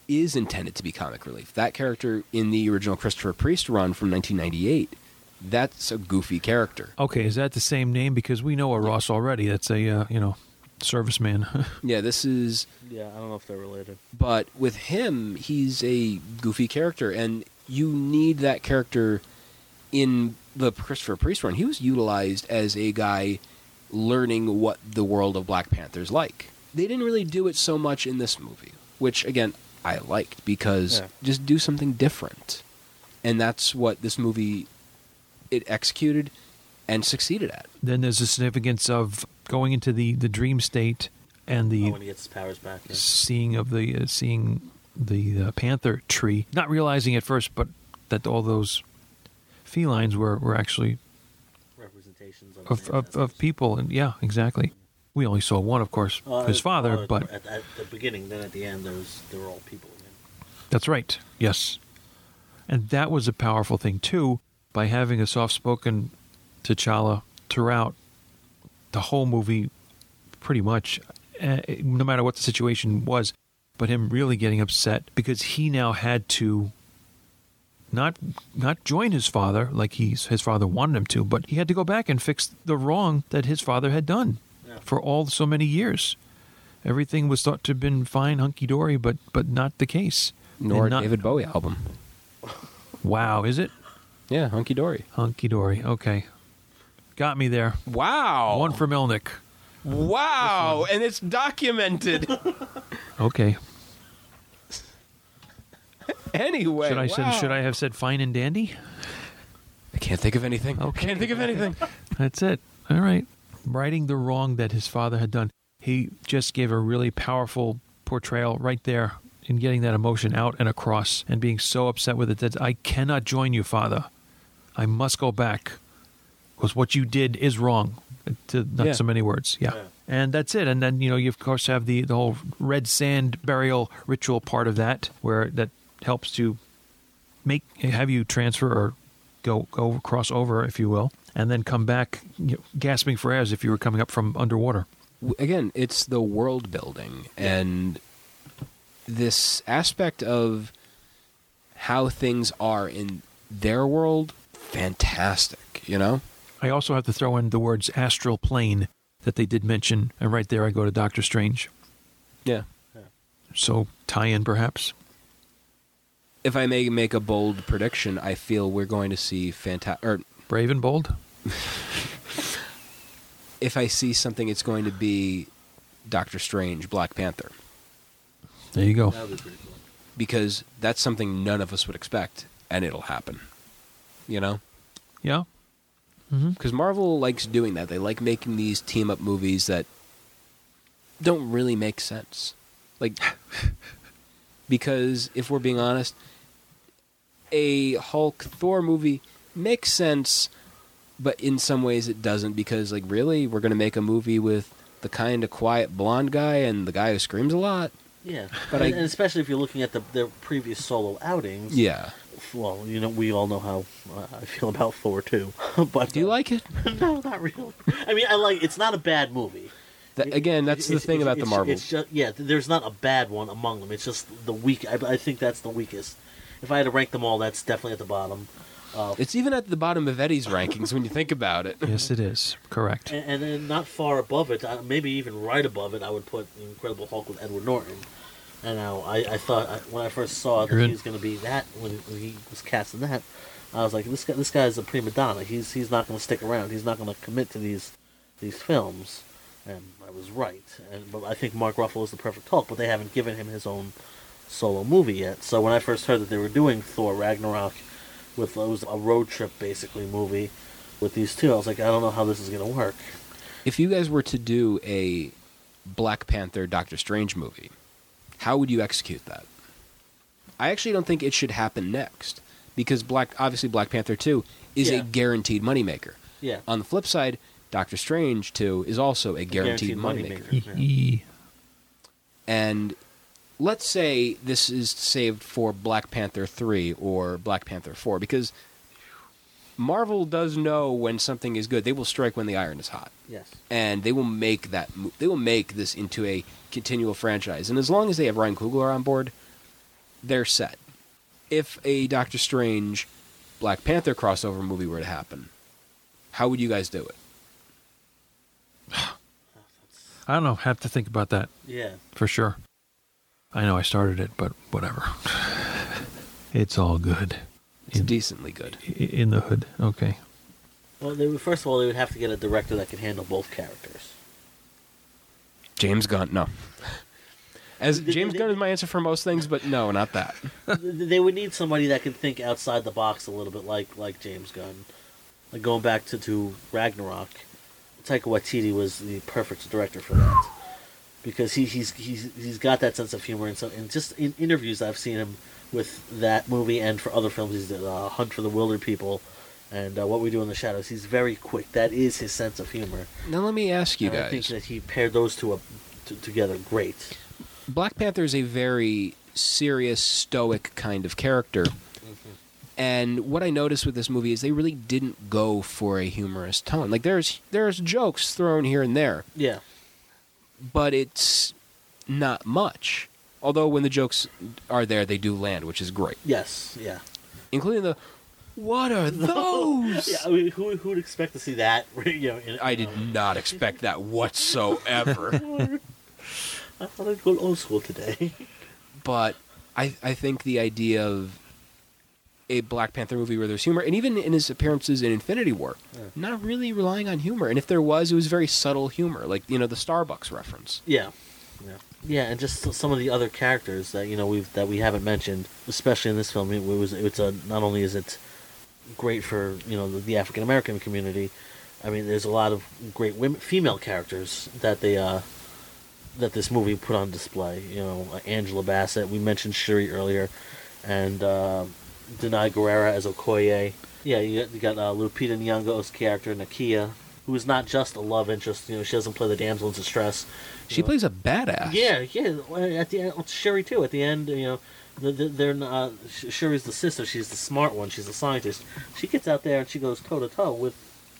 S2: is intended to be comic relief. That character in the original Christopher Priest run from 1998, that's a goofy character.
S1: Okay, is that the same name? Because we know a Ross already. That's a uh, you know serviceman.
S2: Yeah, this is
S3: Yeah, I don't know if they're related.
S2: but with him he's a goofy character and you need that character in the christopher priest run he was utilized as a guy learning what the world of black panther's like they didn't really do it so much in this movie which again i liked because
S3: Yeah.
S2: just do something different and that's what this movie it executed and succeeded at
S1: then there's the significance of going into the the dream state and
S3: Oh,
S1: the
S3: when he gets his powers back. yeah.
S1: seeing of the uh, seeing the uh, panther tree, not realizing at first, but that all those felines were were actually
S3: Representations of,
S1: of,
S3: his
S1: of, of
S3: ancestors.
S1: people and yeah exactly we only saw one of course
S3: Uh,
S1: his father
S3: uh,
S1: but
S3: at, at the beginning, then at the end, there was they were all people again.
S1: that's right yes and that was a powerful thing too by having a soft-spoken T'Challa throughout the whole movie pretty much eh, no matter what the situation was but him really getting upset because he now had to not not join his father like he's his father wanted him to, but he had to go back and fix the wrong that his father had done
S3: Yeah.
S1: for all so many years. Everything was thought to have been fine, hunky dory, but but not the case.
S2: nor
S1: And not-
S2: david bowie album
S1: Wow, is it
S2: yeah hunky dory
S1: hunky dory? Okay, got me there.
S2: wow
S1: One for Melnick.
S2: Wow, and it's documented.
S1: Okay.
S2: anyway,
S1: should I said,
S2: wow.
S1: should I have said fine and dandy?
S2: I can't think of anything.
S1: Okay.
S2: Can't think of anything.
S1: That's it. All right. Righting the wrong that his father had done. He just gave a really powerful portrayal right there in getting that emotion out and across and being so upset with it that I cannot join you, father. I must go back because what you did is wrong. To not
S2: Yeah.
S1: so many words. Yeah.
S3: Yeah.
S1: And that's it. And then, you know, you of course have the, the whole red sand burial ritual part of that where that helps to make have you transfer or go go cross over, if you will, and then come back you know, gasping for air as if you were coming up from underwater.
S2: W- Again, it's the world building and this aspect of how things are in their world. Fantastic, you know.
S1: I also have to throw in the words astral plane that they did mention, and right there I go to Doctor Strange.
S2: Yeah.
S1: So tie in perhaps.
S2: If I may make a bold prediction, I feel we're going to see fantastic. Or
S1: Brave and bold.
S2: if I see something, it's going to be Doctor Strange, Black Panther.
S1: There you go.
S3: That would be pretty cool.
S2: because that's something none of us would expect, and it'll happen. You know,
S1: Yeah.
S2: because Marvel likes doing that. They like making these team up movies that don't really make sense. Like, because if we're being honest, a Hulk Thor movie makes sense, but in some ways it doesn't. Because like, really, we're gonna make a movie with the kind of quiet blonde guy and the guy who screams a lot.
S3: Yeah,
S2: But
S3: but
S2: I-
S3: and, and especially if you're looking at the their previous solo outings.
S2: Yeah.
S3: Well, you know, we all know how uh, I feel about Thor too. but
S2: Do you like it?
S3: no, not really. I mean, I like. It's not a bad movie.
S2: That, again, that's the
S3: It's-
S2: thing
S3: it's-
S2: about the
S3: it's-
S2: Marvel.
S3: It's just yeah. th- There's not a bad one among them. It's just the weak. I, I think that's the weakest. If I had to rank them all, that's definitely at the bottom.
S2: It's even at the bottom of Eddie's rankings when you think about it.
S1: Yes, it is. Correct.
S3: And, and then not far above it, uh, maybe even right above it, I would put Incredible Hulk with Edward Norton. And now I, I thought I, when I first saw that
S1: You're in.
S3: he was going to be that when, when he was cast in that, I was like, this guy, this guy is a prima donna. He's he's not going to stick around. He's not going to commit to these these films. And I was right. And but I think Mark Ruffalo is the perfect Hulk, but they haven't given him his own solo movie yet. So when I first heard that they were doing Thor Ragnarok, with it was a road trip basically movie with these two, I was like, I don't know how this is going to work.
S2: If you guys were to do a Black Panther Doctor Strange movie, how would you execute that? I actually don't think it should happen next because Black obviously Black Panther 2 is
S3: Yeah.
S2: a guaranteed moneymaker.
S3: Yeah.
S2: On the flip side, Doctor Strange 2 is also a guaranteed, moneymaker.
S1: E.
S2: And let's say this is saved for Black Panther 3 or Black Panther 4 because Marvel does know when something is good. They will strike when the iron is hot
S3: Yes.
S2: and they will make that mo- they will make this into a continual franchise. And as long as they have Ryan Coogler on board, they're set. If a Doctor Strange Black Panther crossover movie were to happen, how would you guys do it?
S1: I don't know. Have to think about that
S3: Yeah.
S1: for sure. I know I started it, but whatever. it's all good.
S2: It's
S1: Yeah.
S2: decently good.
S1: I- In the hood. Okay.
S3: Well, they would, first of all, they would have to get a director that could handle both characters.
S2: James Gunn, no. As
S3: They-
S2: James
S3: they-
S2: Gunn is my answer for most things, but no, not that.
S3: Th- they would need somebody that could think outside the box a little bit, like like James Gunn. Like going back to, to Ragnarok, Taika Waititi was the perfect director for that because he, he's he's he's got that sense of humor and so and just in interviews I've seen him with that movie and for other films he's did uh, Hunt for the Wilder People and uh, What We Do in the Shadows. He's very quick. That is his sense of humor.
S2: Now let me ask you
S3: And
S2: guys.
S3: I think that he paired those two up t- together great.
S2: Black Panther is a very serious, stoic kind of character. And what I noticed with this movie is they really didn't go for a humorous tone. Like there's there's jokes thrown here and there,
S3: Yeah.
S2: but it's not much. Although when the jokes are there, they do land, which is great.
S3: Yes. Yeah.
S2: Including the what are those?
S3: Yeah. I mean, who who would expect to see that? you know, in,
S2: I did not expect that whatsoever.
S3: uh, I thought I'd go to old school today.
S2: but I I think the idea of a Black Panther movie where there's humor, and even in his appearances in Infinity War, not really relying on humor. And if there was, it was very subtle humor, like you know the Starbucks reference.
S3: yeah. Yeah. Yeah, and just so- some of the other characters that you know we've that we haven't mentioned, especially in this film, it, was it's a not only is it great for you know the, the African American community, I mean there's a lot of great women female characters that they uh that this movie put on display. You know, uh, Angela Bassett. We mentioned Shuri earlier, and uh, Denai Guerrera as Okoye. Yeah, you got, you got uh, Lupita Nyong'o's character Nakia, who is not just a love interest. You know, she doesn't play the damsel in distress. you
S2: She
S3: know.
S2: plays a badass.
S3: Yeah, yeah. well, At the end, well, Sherry too. At the end, you know, the, the, they're not. Sh- Sherry's the sister. She's the smart one. She's the scientist. She gets out there and she goes toe to toe with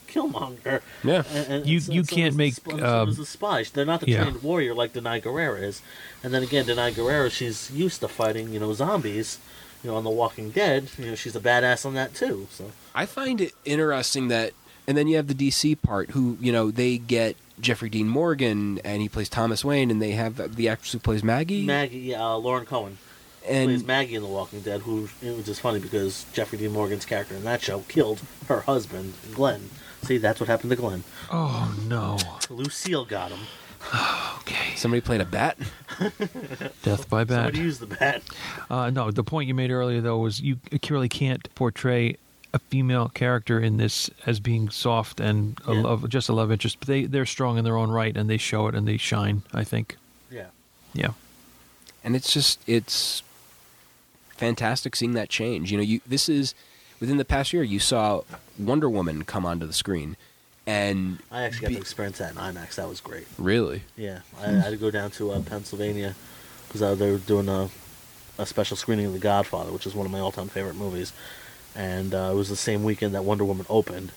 S3: Killmonger.
S2: Yeah.
S3: And, and
S1: You- you
S3: does
S1: can't
S3: the
S1: make,
S3: sp- and
S1: um,
S3: so does the spy. They're not the
S1: yeah.
S3: trained warrior like Denai Guerrera is. And then again, Denai Guerrera, she's used to fighting, you know, zombies. You know, on The Walking Dead, you know, she's a badass on that too. So
S2: I find it interesting that, and then you have the DC part, who you know they get Jeffrey Dean Morgan, and he plays Thomas Wayne, and they have the actress who plays Maggie,
S3: Maggie, yeah, uh, Lauren Cohen. plays
S2: and
S3: Maggie in The Walking Dead, who which is funny because Jeffrey Dean Morgan's character in that show killed her husband, Glenn. See, that's what happened to Glenn.
S1: Oh, no.
S3: Lucille got him.
S1: Okay.
S2: somebody played a bat.
S1: Death by bat.
S3: Somebody used the bat.
S1: Uh, no, the point you made earlier, though, was you clearly can't portray a female character in this as being soft and a
S3: Yeah.
S1: love, just a love interest. But they, they're strong in their own right and they show it and they shine, I think.
S3: Yeah.
S1: Yeah.
S2: and it's just it's fantastic seeing that change you know you this is within the past year you saw wonder woman come onto the screen and
S3: I actually got
S2: be- Hmm.
S3: to experience that in IMAX. That was great.
S2: really
S3: Yeah. I I had to go down to uh, Pennsylvania because uh, they were doing a, a special screening of The Godfather, which is one of my all-time favorite movies, and uh, it was the same weekend that Wonder Woman opened,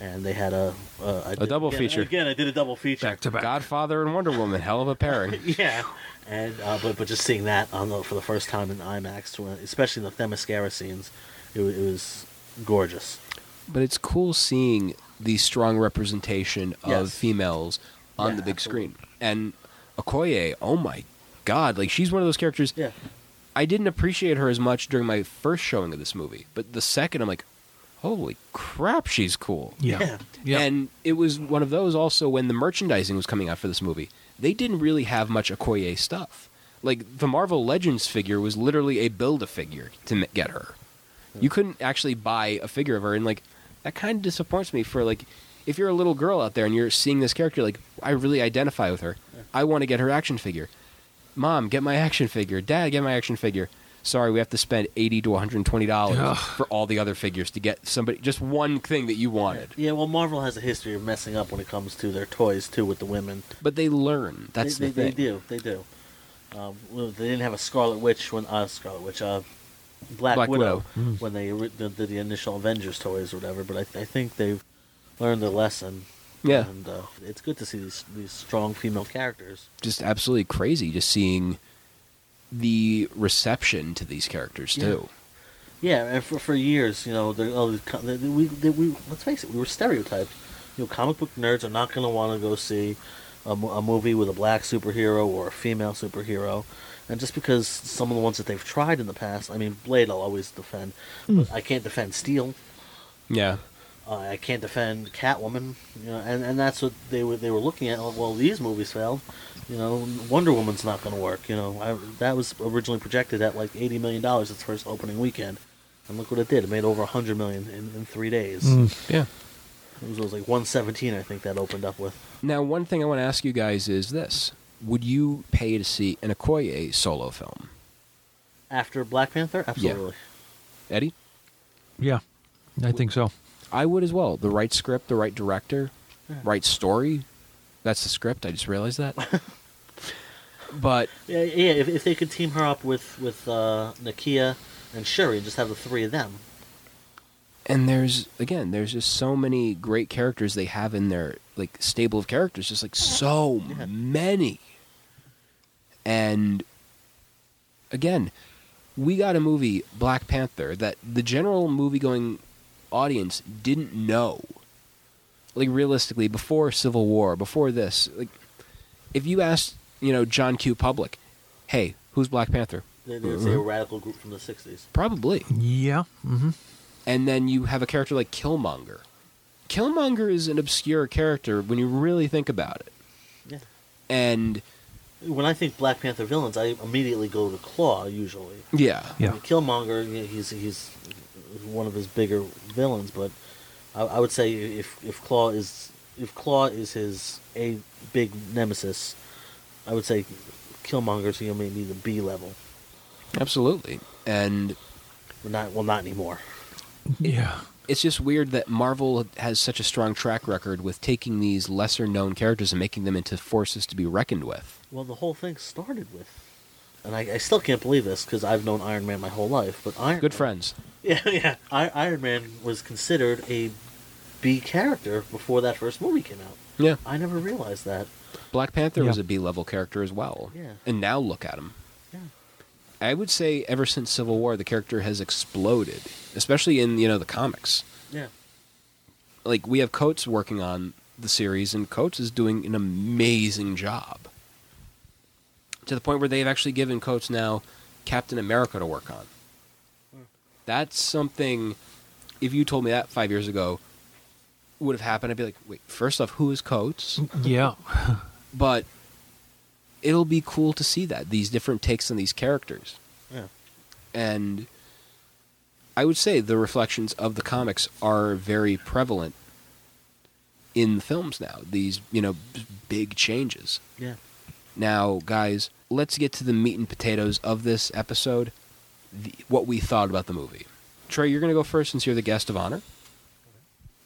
S3: and they had a uh, I did-
S2: double
S3: again-
S2: feature.
S3: Again, I did a double feature.
S1: back to back.
S2: Godfather and Wonder Woman, hell of a pairing.
S3: yeah, and uh, but but just seeing that on the, for the first time in IMAX, when- especially the Themyscira scenes, it, wa- it was gorgeous.
S2: but it's cool seeing the strong representation of
S3: Yes.
S2: females on
S3: Yeah,
S2: the big
S3: absolutely.
S2: screen. And Okoye, oh my god, like she's one of those characters.
S3: Yeah,
S2: I didn't appreciate her as much during my first showing of this movie, but the second I'm like, holy crap, she's cool.
S1: Yeah.
S3: Yeah.
S1: Yeah.
S2: And it was one of those also when the merchandising was coming out for this movie. They didn't really have much Okoye stuff. Like the Marvel Legends figure was literally a build a figure to m- get her. You couldn't actually buy a figure of her, and like that kind of disappoints me. For like, if you're a little girl out there and you're seeing this character, like I really identify with her. I want to get her action figure. Mom, get my action figure. Dad, get my action figure. Sorry, we have to spend eighty to one hundred twenty
S1: Ugh.
S2: dollars for all the other figures to get somebody just one thing that you wanted.
S3: yeah. Well, Marvel has a history of messing up when it comes to their toys too with the women.
S2: But they learn. That's
S3: they,
S2: the
S3: they,
S2: thing.
S3: they do. They do. Um, well, they didn't have a Scarlet Witch when uh, Scarlet Witch, uh, Black,
S2: Black Mm.
S3: Widow, when they re- did the, the initial Avengers toys or whatever. But I, I think they've learned their lesson.
S2: Yeah.
S3: and uh, it's good to see these these strong female characters.
S2: Just absolutely crazy. Just seeing the reception to these characters
S3: Yeah.
S2: too.
S3: Yeah, and for, for years, you know, the, all these co- the, the- we, the, we let's face it, we were stereotyped. You know, comic book nerds are not going to want to go see a, mo- a movie with a black superhero or a female superhero, and just because some of the ones that they've tried in the past, I mean, Blade I'll always defend, but I can't defend Steel.
S2: Yeah.
S3: Uh, I can't defend Catwoman, you know, and, and that's what they were they were looking at. Like, well, these movies failed, you know. Wonder Woman's not going to work, you know. I, that was originally projected at like eighty million dollars its first opening weekend, and look what it did. It made over hundred million in, in three days.
S1: Mm.
S2: Yeah.
S3: It, was, it was like one seventeen, I think that opened up with.
S2: Now, one thing I want to ask you guys is this: Would you pay to see an Okoye solo film,
S3: After Black Panther, absolutely.
S2: Eddie?
S1: yeah. I think so.
S2: I would as well. The right script, the right director, right story. That's the script. I just realized that. but
S3: Yeah, yeah. If, if they could team her up with with uh, Nakia and Shuri, and just have the three of them,
S2: and there's again, there's just so many great characters they have in their like stable of characters, just like so many. And again, we got a movie Black Panther that the general movie-going audience didn't know. Like realistically, before Civil War, before this, like if you asked, you know, John Q. Public, "Hey, who's Black Panther?"
S3: they, they would say a radical group from the '60s.
S2: Probably.
S1: Yeah. Mm-hmm.
S2: and then you have a character like Killmonger. Killmonger is an obscure character when you really think about it.
S3: Yeah.
S2: And
S3: When I think Black Panther villains, I immediately go to Claw usually.
S2: yeah,
S1: Yeah.
S3: Killmonger, you know, he's he's one of his bigger villains, but I, I would say if if Claw is if Claw is his a big nemesis, I would say Killmonger's you know maybe the B level,
S2: absolutely. And
S3: but not well not anymore.
S1: Yeah.
S2: it's just weird that Marvel has such a strong track record with taking these lesser known characters and making them into forces to be reckoned with.
S3: Well, the whole thing started with, and I, I still can't believe this because I've known Iron Man my whole life, but Iron
S2: Good
S3: Man-
S2: friends.
S3: yeah yeah I, Iron Man was considered a B character before that first movie came out.
S2: Yeah.
S3: I never realized that.
S2: Black Panther
S1: Yeah.
S2: was a B level character as well.
S3: Yeah.
S2: And now look at him.
S3: Yeah.
S2: I would say ever since Civil War the character has exploded, especially in, you know, the comics.
S3: Yeah.
S2: like we have Coates working on the series, and Coates is doing an amazing job. To the point where they've actually given Coates now Captain America to work on. That's something. If you told me that five years ago, would have happened. I'd be like, wait. First off, who is Coates?
S1: Yeah.
S2: But it'll be cool to see that these different takes on these characters.
S3: Yeah.
S2: and I would say the reflections of the comics are very prevalent in the films now. These you know b- big changes.
S3: Yeah.
S2: Now, guys, let's get to the meat and potatoes of this episode. The, what we thought about the movie. Trey, you're going to go first since you're the guest of honor.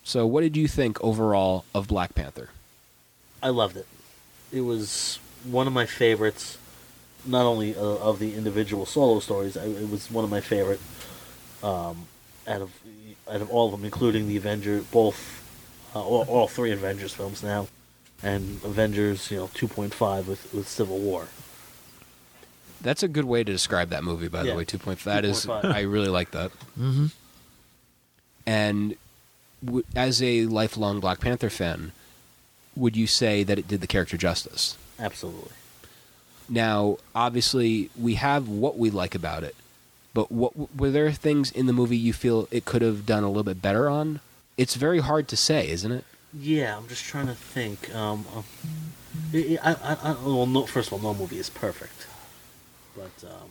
S2: So, what did you think overall of Black Panther?
S3: I loved it. It was one of my favorites. not only uh, of the individual solo stories, I, it was one of my favorite um, out of out of all of them, including the Avenger, both uh, all, all three Avengers films now, and Avengers, you know, two point five with with Civil War.
S2: That's a good way to describe that movie, by
S3: Yeah.
S2: the way. Two point that is,
S3: 2.5.
S2: I really like that. Mm-hmm. And w- as a lifelong Black Panther fan, would you say that it did the character justice?
S3: Absolutely,
S2: Now, obviously, we have what we like about it, but what were there things in the movie you feel it could have done a little bit better on? It's very hard to say, isn't it?
S3: yeah. I'm just trying to think. Um, um, I, I, I, I- well, no, first of all, no movie is perfect, but um,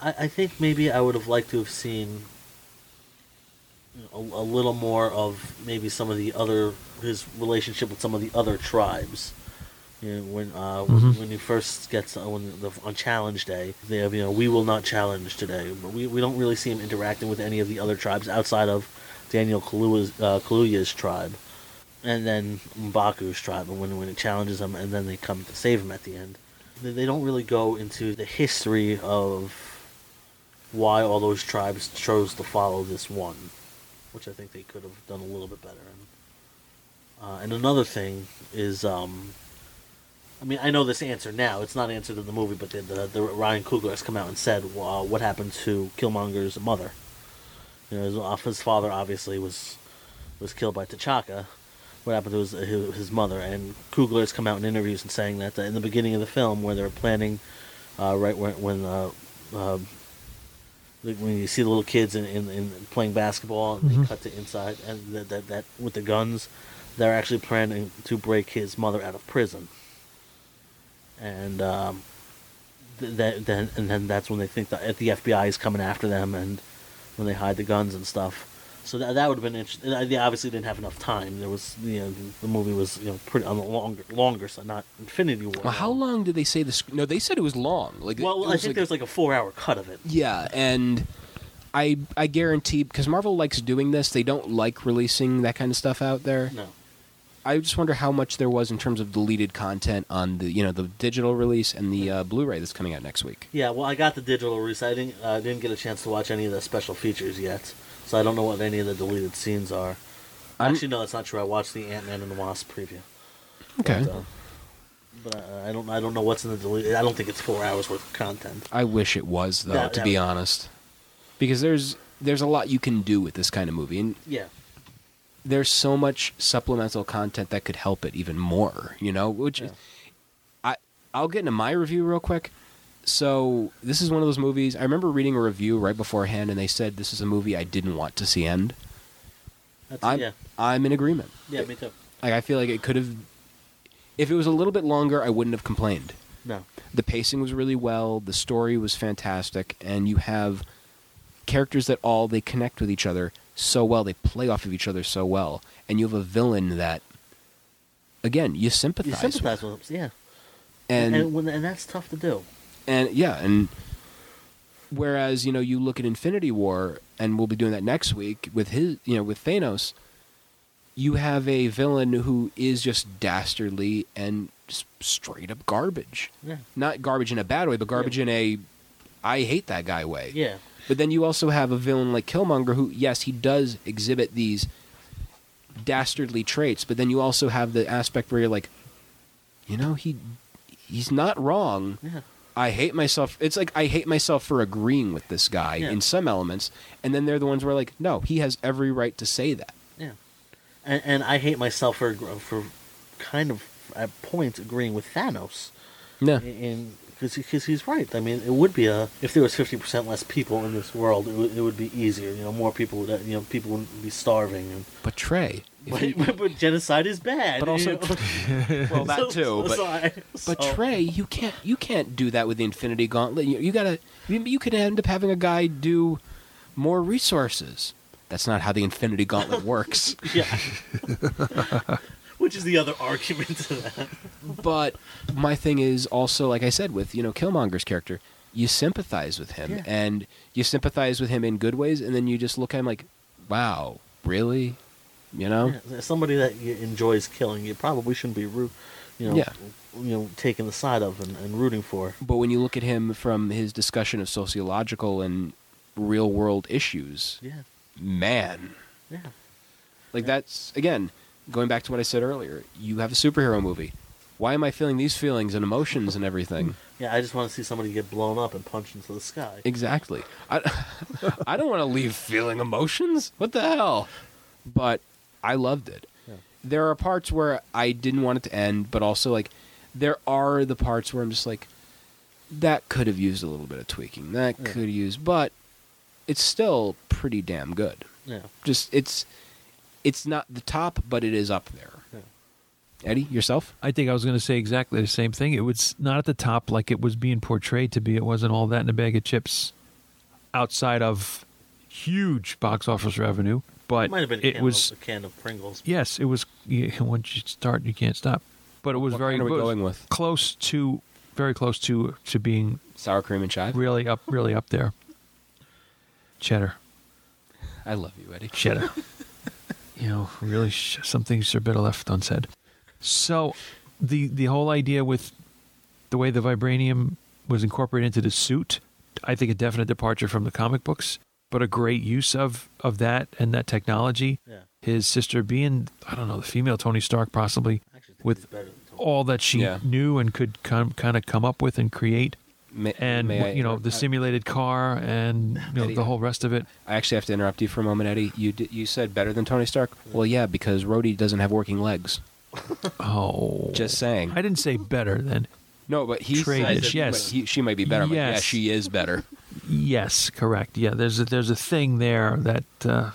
S3: I, I think maybe I would have liked to have seen you know, a, a little more of maybe some of the other his relationship with some of the other tribes. You know, when uh, when when you first gets uh, when the, on challenge day, they have you know we will not challenge today. But we, we don't really see him interacting with any of the other tribes outside of Daniel Kaluuya's, uh, Kaluuya's tribe, and then Mbaku's tribe. And when when it challenges him, and then they come to save him at the end. They, they don't really go into the history of why all those tribes chose to follow this one, which I think they could have done a little bit better. And, uh, and another thing is, um, I mean, I know this answer now. It's not answered in the movie, but the, the, the Ryan Coogler has come out and said uh, what happened to Killmonger's mother. You know, his, uh, his father obviously was was killed by T'Chaka. What happened to his, his, his mother? And Coogler has come out in interviews and saying that uh, in the beginning of the film, where they were planning, uh, right when, when uh, uh, like when you see the little kids in, in, in playing basketball and
S2: Mm-hmm.
S3: they cut to inside and that, that, that with the guns they're actually planning to break his mother out of prison and um, th- that then and then that's when they think that the FBI is coming after them and when they hide the guns and stuff so that, that would have been interesting they obviously didn't have enough time there was you know the movie was you know pretty on the longer longer side not Infinity War
S2: Well, how long did they say this? No, they said it was long. Like,
S3: well
S2: it
S3: I
S2: was
S3: think
S2: like-
S3: there's like a four hour cut of it
S2: Yeah, and I I guarantee because Marvel likes doing this, they don't like releasing that kind of stuff out there.
S3: no
S2: I just wonder how much there was in terms of deleted content on the you know the digital release and the uh, Blu-ray that's coming out next week.
S3: Yeah, well, I got the digital release. I didn't uh, didn't get a chance to watch any of the special features yet, so I don't know what any of the deleted scenes are.
S2: I'm-
S3: Actually, no, that's not true. I watched the Ant Man and the Wasp preview,
S2: Okay,
S3: but, uh, but uh, I, I don't I don't know what's in the deleted. I don't think it's four hours worth of content.
S2: I wish it was though,
S3: That-
S2: to
S3: that-
S2: be honest, because there's there's a lot you can do with this kind of movie, and
S3: Yeah,
S2: there's so much supplemental content that could help it even more, you know, which is, I I'll get into my review real quick. So, this is one of those movies. I remember reading a review right beforehand and they said this is a movie I didn't want to see end.
S3: that's,
S2: I'm
S3: yeah,
S2: I'm in agreement.
S3: yeah, me too.
S2: Like I feel like it could have if it was a little bit longer, I wouldn't have complained.
S3: No,
S2: The pacing was really well, the story was fantastic, and you have characters that all they connect with each other so well, they play off of each other so well, and you have a villain that again, you sympathize,
S3: you sympathize with them, yeah,
S2: with. And,
S3: and and,
S2: and
S3: when, and that's tough to do.
S2: yeah, and whereas, you know, you look at Infinity War and we'll be doing that next week with his, you know, with Thanos, you have a villain who is just dastardly and s- straight up garbage.
S3: Yeah,
S2: not garbage in a bad way, but garbage in a I hate that guy way.
S3: yeah,
S2: But then you also have a villain like Killmonger who, yes, he does exhibit these dastardly traits, but then you also have the aspect where you're like, you know, he he's not wrong.
S3: yeah.
S2: I hate myself. It's like I hate myself for agreeing with this guy
S3: Yeah.
S2: in some elements, and then they're the ones where like, no, he has every right to say that.
S3: Yeah, and, and I hate myself for for kind of at points agreeing with Thanos.
S2: No.
S3: and because because he's right. I mean, it would be a if there was fifty percent less people in this world, it, would it would be easier. You know, more people would you know people wouldn't be starving. And,
S2: But Trey, if
S3: but,
S2: he-
S3: but, genocide is bad.
S2: But also-
S3: you know?
S2: well, that
S3: So-
S2: too. But
S3: so I-
S2: But
S3: so-
S2: Trey, you can't you can't do that with the Infinity Gauntlet. You, you gotta you, you could end up having a guy do more resources. That's not how the Infinity Gauntlet works.
S3: yeah. Which is the other argument to that?
S2: but my thing is also like I said with you know Killmonger's character, you sympathize with him
S3: Yeah.
S2: and you sympathize with him in good ways, and then you just look at him like, wow, really? You know,
S3: Yeah, somebody that you enjoys killing, you probably shouldn't be root, you know,
S2: Yeah.
S3: you know, taking the side of and, and rooting for.
S2: But when you look at him from his discussion of sociological and real world issues,
S3: Yeah,
S2: man,
S3: yeah,
S2: like that's again going back to what I said earlier. You have a superhero movie. Why am I feeling these feelings and emotions and everything?
S3: yeah. I just want to see somebody get blown up and punched into the sky.
S2: Exactly. I, I don't want to leave feeling emotions. What the hell? But I loved it. There are parts where I didn't want it to end, but also like there are the parts where I'm just like that could have used a little bit of tweaking. That could use, but it's still pretty damn good.
S3: Yeah,
S2: Just it's it's not the top, but it is up there. Eddie, yourself?
S1: I think I was going to say exactly the same thing. It was not at the top like it was being portrayed to be. It wasn't all that in a bag of chips outside of huge box office revenue, but
S3: it might have been a
S1: it
S3: can,
S1: was
S3: of, a can of Pringles.
S1: yes, it was you, once you start you can't stop. But it was
S2: What
S1: very
S2: kind are we
S1: it was
S2: going with?
S1: close to very close to to being
S2: Sour cream and chive.
S1: really up really up there. Cheddar.
S2: I love you, Eddie.
S1: cheddar. you know, really, sh- some things are better left unsaid. So, the the whole idea with the way the vibranium was incorporated into the suit, I think a definite departure from the comic books, but a great use of of that and that technology.
S3: Yeah.
S1: His sister being, I don't know, the female Tony Stark, possibly
S3: I actually think
S1: with
S3: it's better than Tony.
S1: all that she
S2: Yeah.
S1: knew and could com- kind of come up with and create,
S2: May-
S1: and
S2: may I
S1: you know, the simulated car and you know
S2: Eddie,
S1: the whole rest of it.
S2: I actually have to interrupt you for a moment, Eddie. You d- you said better than Tony Stark. Well, yeah, because Rhodey doesn't have working legs.
S1: Oh,
S2: Just saying.
S1: I didn't say better than.
S2: no, but he
S1: Trade-ish,
S2: says
S1: yes.
S2: he, she might be better. I'm like, yeah,
S1: Yes.
S2: she is better.
S1: Yes, correct. Yeah, there's a, there's a thing there that uh,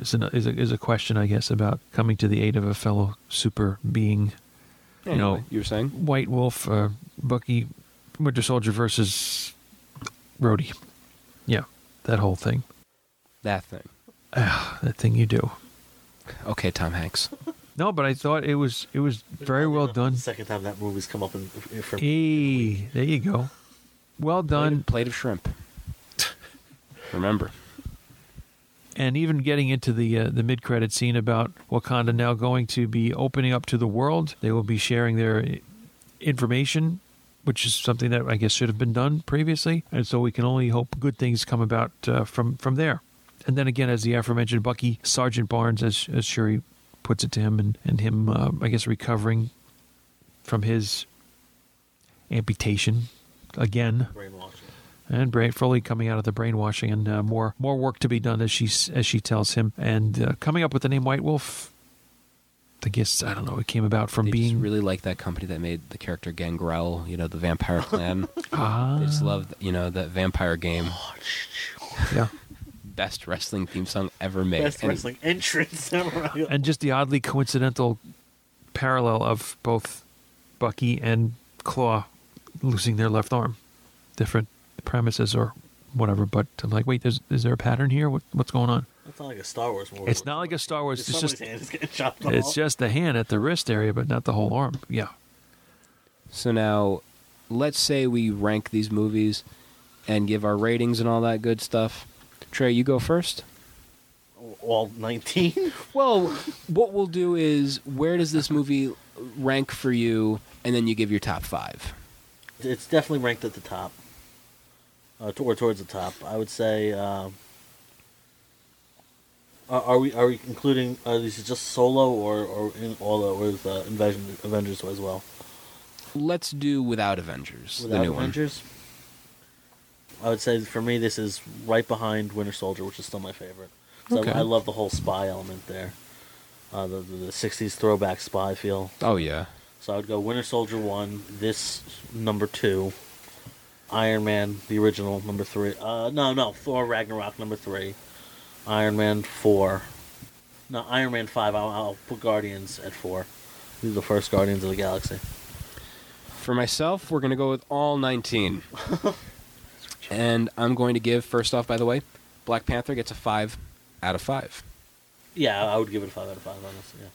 S1: is, an, is, a, is a question, I guess, about coming to the aid of a fellow super being.
S2: Anyway,
S1: know,
S2: you were saying
S1: White Wolf, uh, Bucky, Winter Soldier versus Rhodey. Yeah, that whole thing.
S2: that thing.
S1: That thing you do.
S2: Okay, Tom Hanks.
S1: No, but I thought it was it was very well done.
S3: Second time that movie's come up in, in- for
S1: Hey, there you go. Well
S2: Plate
S1: done.
S2: of- plate of shrimp. Remember,
S1: and even getting into the uh, the mid credit scene about Wakanda now going to be opening up to the world. They will be sharing their i- information, which is something that I guess should have been done previously. And so we can only hope good things come about uh, from from there. And then again, as the aforementioned Bucky Sergeant Barnes, as as Shuri puts it to him, and and him, uh, I guess, recovering from his amputation again
S3: brainwashing.
S1: and brain, fully coming out of the brainwashing, and uh, more more work to be done as she s- as she tells him, and uh, coming up with the name White Wolf. I guess I don't know. It came about from
S2: they just
S1: being
S2: really like that company that made the character Gangrel. You know, the vampire clan.
S1: ah
S2: they just love you know that vampire game.
S1: yeah,
S2: Best wrestling theme song ever made.
S3: Best
S2: And-
S3: wrestling entrance ever.
S1: and just the oddly coincidental parallel of both Bucky and Claw losing their left arm, different premises or whatever. But I'm like, wait, there's is there a pattern here? What, what's going on?
S3: That's not like a Star Wars movie.
S1: It's not like a Star Wars. It's
S3: somebody's
S1: just
S3: hand is getting chopped off.
S1: it's just the hand at the wrist area, but not the whole arm. Yeah.
S2: So now, let's say we rank these movies and give our ratings and all that good stuff. Trey, you go first.
S3: all nineteen.
S2: Well, what we'll do is where does this movie rank for you, and then you give your top five.
S3: it's definitely ranked at the top, uh, to- or towards the top. I would say. Uh, are are we are we including? Uh, this is just solo, or or in all the with uh, Invasion Avengers as well.
S2: Let's do without Avengers.
S3: Without
S2: the new
S3: Avengers, I would say for me this is right behind Winter Soldier, which is still my favorite. 'Cause I-
S2: Okay.
S3: I, love the whole spy element there, uh, the, the the '60s throwback spy feel.
S2: One. Oh yeah.
S3: So I would go Winter Soldier one, this number two, Iron Man the original number three. Uh, no, no, Thor Ragnarok number three, Iron Man four. No, Iron Man five. I'll, I'll put Guardians at four. These are the first Guardians of the Galaxy.
S2: For myself, we're gonna go with all nineteen, and I'm going to give first off. By the way, Black Panther gets a five out of five.
S3: Yeah, I would give it a five out of five. Honestly, yeah.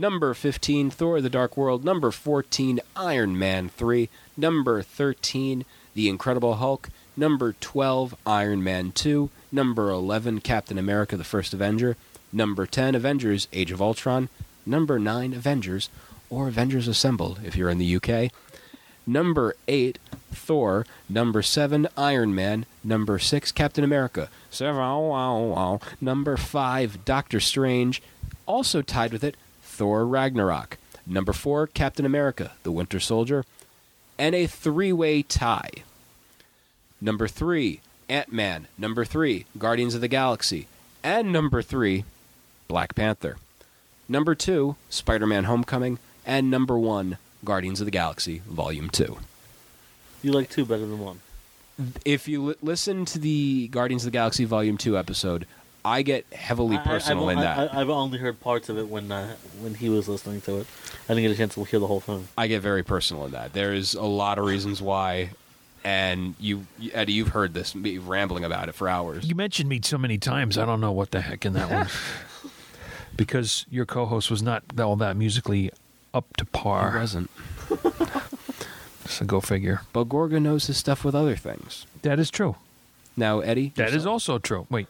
S2: Number 15, Thor the Dark World. Number 14, Iron Man 3. Number 13, The Incredible Hulk. Number 12, Iron Man 2. Number 11, Captain America the First Avenger. Number 10, Avengers Age of Ultron. Number 9, Avengers, or Avengers Assemble if you're in the UK. Number 8, Thor. Number 7, Iron Man. Number 6, Captain America. Seven, wow, wow, wow. Number 5, Doctor Strange. Also tied with it, Thor Ragnarok. Number 4, Captain America, The Winter Soldier. And a three way tie. Number 3, Ant Man. Number 3, Guardians of the Galaxy. And number 3, Black Panther. Number 2, Spider Man Homecoming. And number 1, Guardians of the Galaxy Volume 2.
S3: You like two better than one.
S2: If you li- listen to the Guardians of the Galaxy Volume 2 episode, I get heavily
S3: I- I-
S2: personal
S3: I've,
S2: in that.
S3: I, have only heard parts of it when uh, when he was listening to it. I didn't get a chance to hear the whole thing.
S2: I get very personal in that. There is a lot of reasons why, and you, Eddie, you've heard this me rambling about it for hours.
S1: You mentioned me so many times. I don't know what the heck in that one. because your co-host was not all that musically up to par.
S2: wasn't,
S1: So go figure.
S2: but Gorga knows his stuff with other things.
S1: That is true.
S2: Now, Eddie,
S1: That is
S2: yourself.
S1: also true. Wait,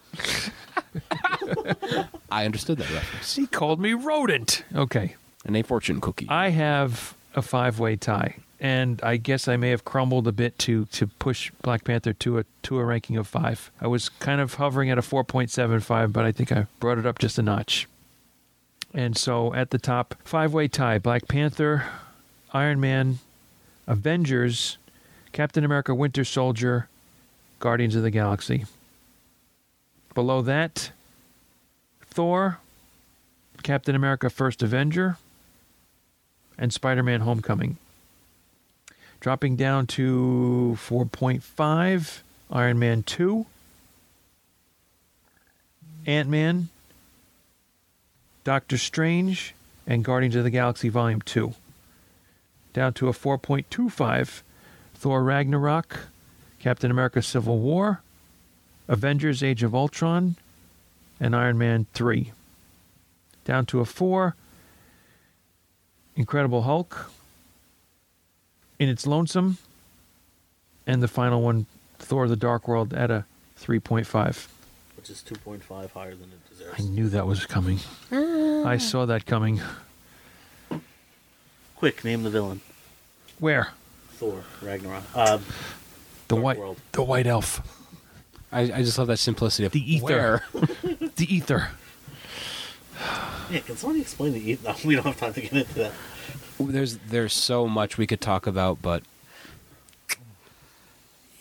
S2: I understood that reference.
S1: he called me rodent. Okay.
S2: And a fortune cookie.
S1: I have a five-way tie, and I guess I may have crumbled a bit to to push Black Panther to a to a ranking of five. I was kind of hovering at a four point seven five, but I think I brought it up just a notch. And so at the top, five-way tie: Black Panther, Iron Man, Avengers, Captain America: Winter Soldier, Guardians of the Galaxy. Below that, Thor, Captain America: First Avenger and Spider Man Homecoming. Dropping down to 4.5, Iron Man 2, Ant Man, Doctor Strange, and Guardians of the Galaxy Volume 2. Down to a 4.25, Thor Ragnarok, Captain America Civil War, Avengers Age of Ultron, and Iron Man 3. Down to a 4, Incredible Hulk, In Its Lonesome, and the final one, Thor the Dark World, at a 3.5.
S3: Which is 2.5 higher than it
S1: I
S3: deserves.
S1: knew that was coming. I saw that coming.
S3: Quick, name the villain.
S1: Where?
S3: Thor, Ragnarok. Um,
S1: The
S3: Dark
S1: white,
S3: World.
S1: the white elf,
S2: I, I just love that simplicity of
S1: The ether.
S2: where.
S1: the ether.
S3: yeah, can somebody explain the ether? we don't have time to get into that.
S2: There's there's so much we could talk about, but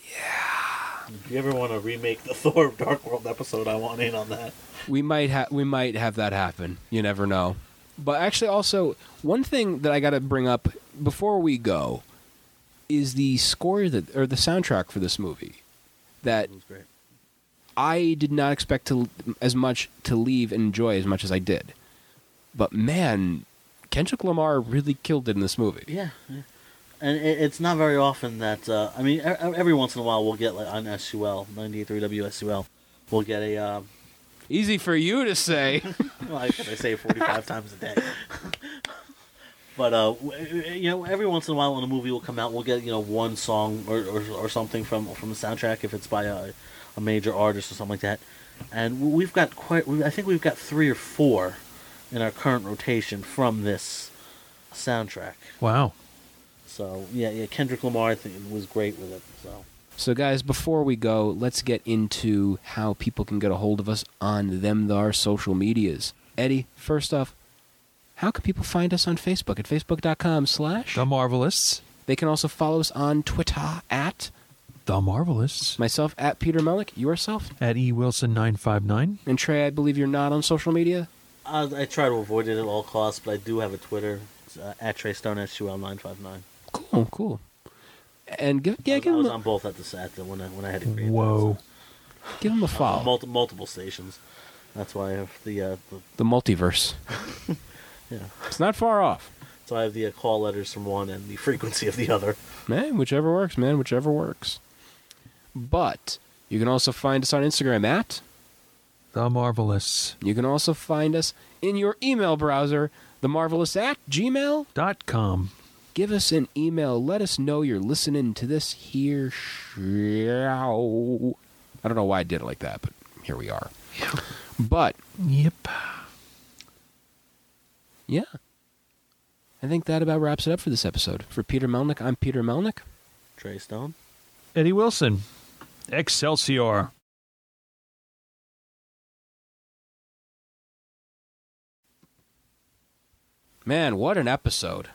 S3: If you ever want to remake the Thor Dark World episode, I want in on that.
S2: we might have we might have that happen. You never know. But actually, also one thing that I got to bring up before we go is the score that or the soundtrack for this movie that
S3: It was great.
S2: I did not expect to as much to leave and enjoy as much as I did. But man, Kendrick Lamar really killed it in this movie.
S3: Yeah, yeah. and it, it's not very often that uh, I mean, e- every once in a while we'll get like on SUL 93 WSUL, we'll get a. Uh,
S2: Easy for you to say.
S3: well, I guess I say it 45 times a day. But uh, w- you know, every once in a while, when a movie will come out, we'll get you know one song or, or, or something from from the soundtrack if it's by a, a major artist or something like that. And we've got quite. we- I think we've got three or four in our current rotation from this soundtrack.
S1: Wow.
S3: So yeah, yeah, Kendrick Lamar I think, was great with it. So
S2: So, guys, before we go, let's get into how people can get a hold of us on them our social medias. Eddie, first off, how can people find us on Facebook at facebook.com slash?
S1: The Marvelists.
S2: They can also follow us on Twitter at
S1: The Marvelists.
S2: myself at Peter Melick, yourself,
S1: At E Wilson 959.
S2: and Trey. I believe you're not on social media.
S3: I, I try to avoid it at all costs, but I do have a Twitter it's, uh, at Trey Stone SUL nine five nine.
S2: Cool, cool. And give yeah,
S3: I
S2: give
S3: was
S2: him
S3: on
S2: a,
S3: both at the set when I when I had to create
S1: Whoa.
S2: give him a
S3: that, so, uh,
S2: follow.
S3: multi- multiple stations. That's why I have the, uh, the
S2: the multiverse.
S3: yeah.
S2: It's not far off.
S3: So I have the uh, call letters from one and the frequency of the other.
S2: Man, whichever works, man, whichever works. But you can also find us on Instagram at
S1: The Marvelists.
S2: You can also find us in your email browser, themarvelous at gmail.
S1: Dot com.
S2: Give us an email. Let us know you're listening to this here show. I don't know why I did it like that, but here we are. But
S1: Yep.
S2: yeah, I think that about wraps it up for this episode. For Peter Melnick, I'm Peter Melnick.
S3: Trey Stone.
S1: Eddie Wilson, Excelsior.
S2: Man, what an episode!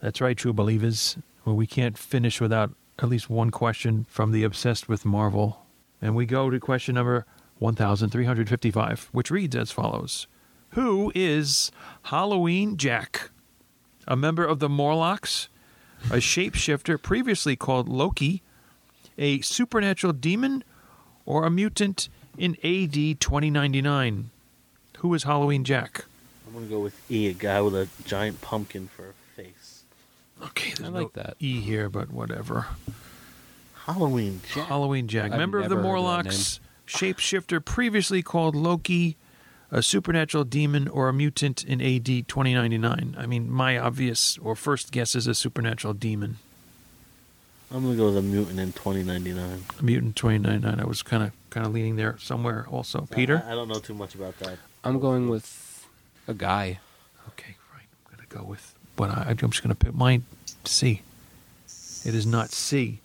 S1: That's right, true believers. Well, we can't finish without at least one question from the obsessed with Marvel. And we go to question number 1355, which reads as follows Who is Halloween Jack? A member of the Morlocks, a shapeshifter previously called Loki, a supernatural demon, or a mutant in AD 2099? Who is Halloween Jack?
S3: I'm gonna go with E, a guy with a giant pumpkin for a face.
S1: Okay, there's
S2: I
S1: no
S2: like that.
S1: E here, but whatever.
S3: Halloween Jack.
S1: Halloween Jack,
S2: I've
S1: member of the
S2: never heard of that
S1: Morlocks, shapeshifter previously called Loki, a supernatural demon or a mutant in AD 2099. I mean, my obvious or first guess is a supernatural demon.
S3: I'm gonna go with a mutant in 2099.
S1: A mutant 2099. I was kind of kind of leaning there somewhere also. Peter?
S3: I, I don't know too much about that.
S2: I'm going with a guy.
S1: Okay, right. I'm going to go with but I, I'm just going to pick mine C. It is not C.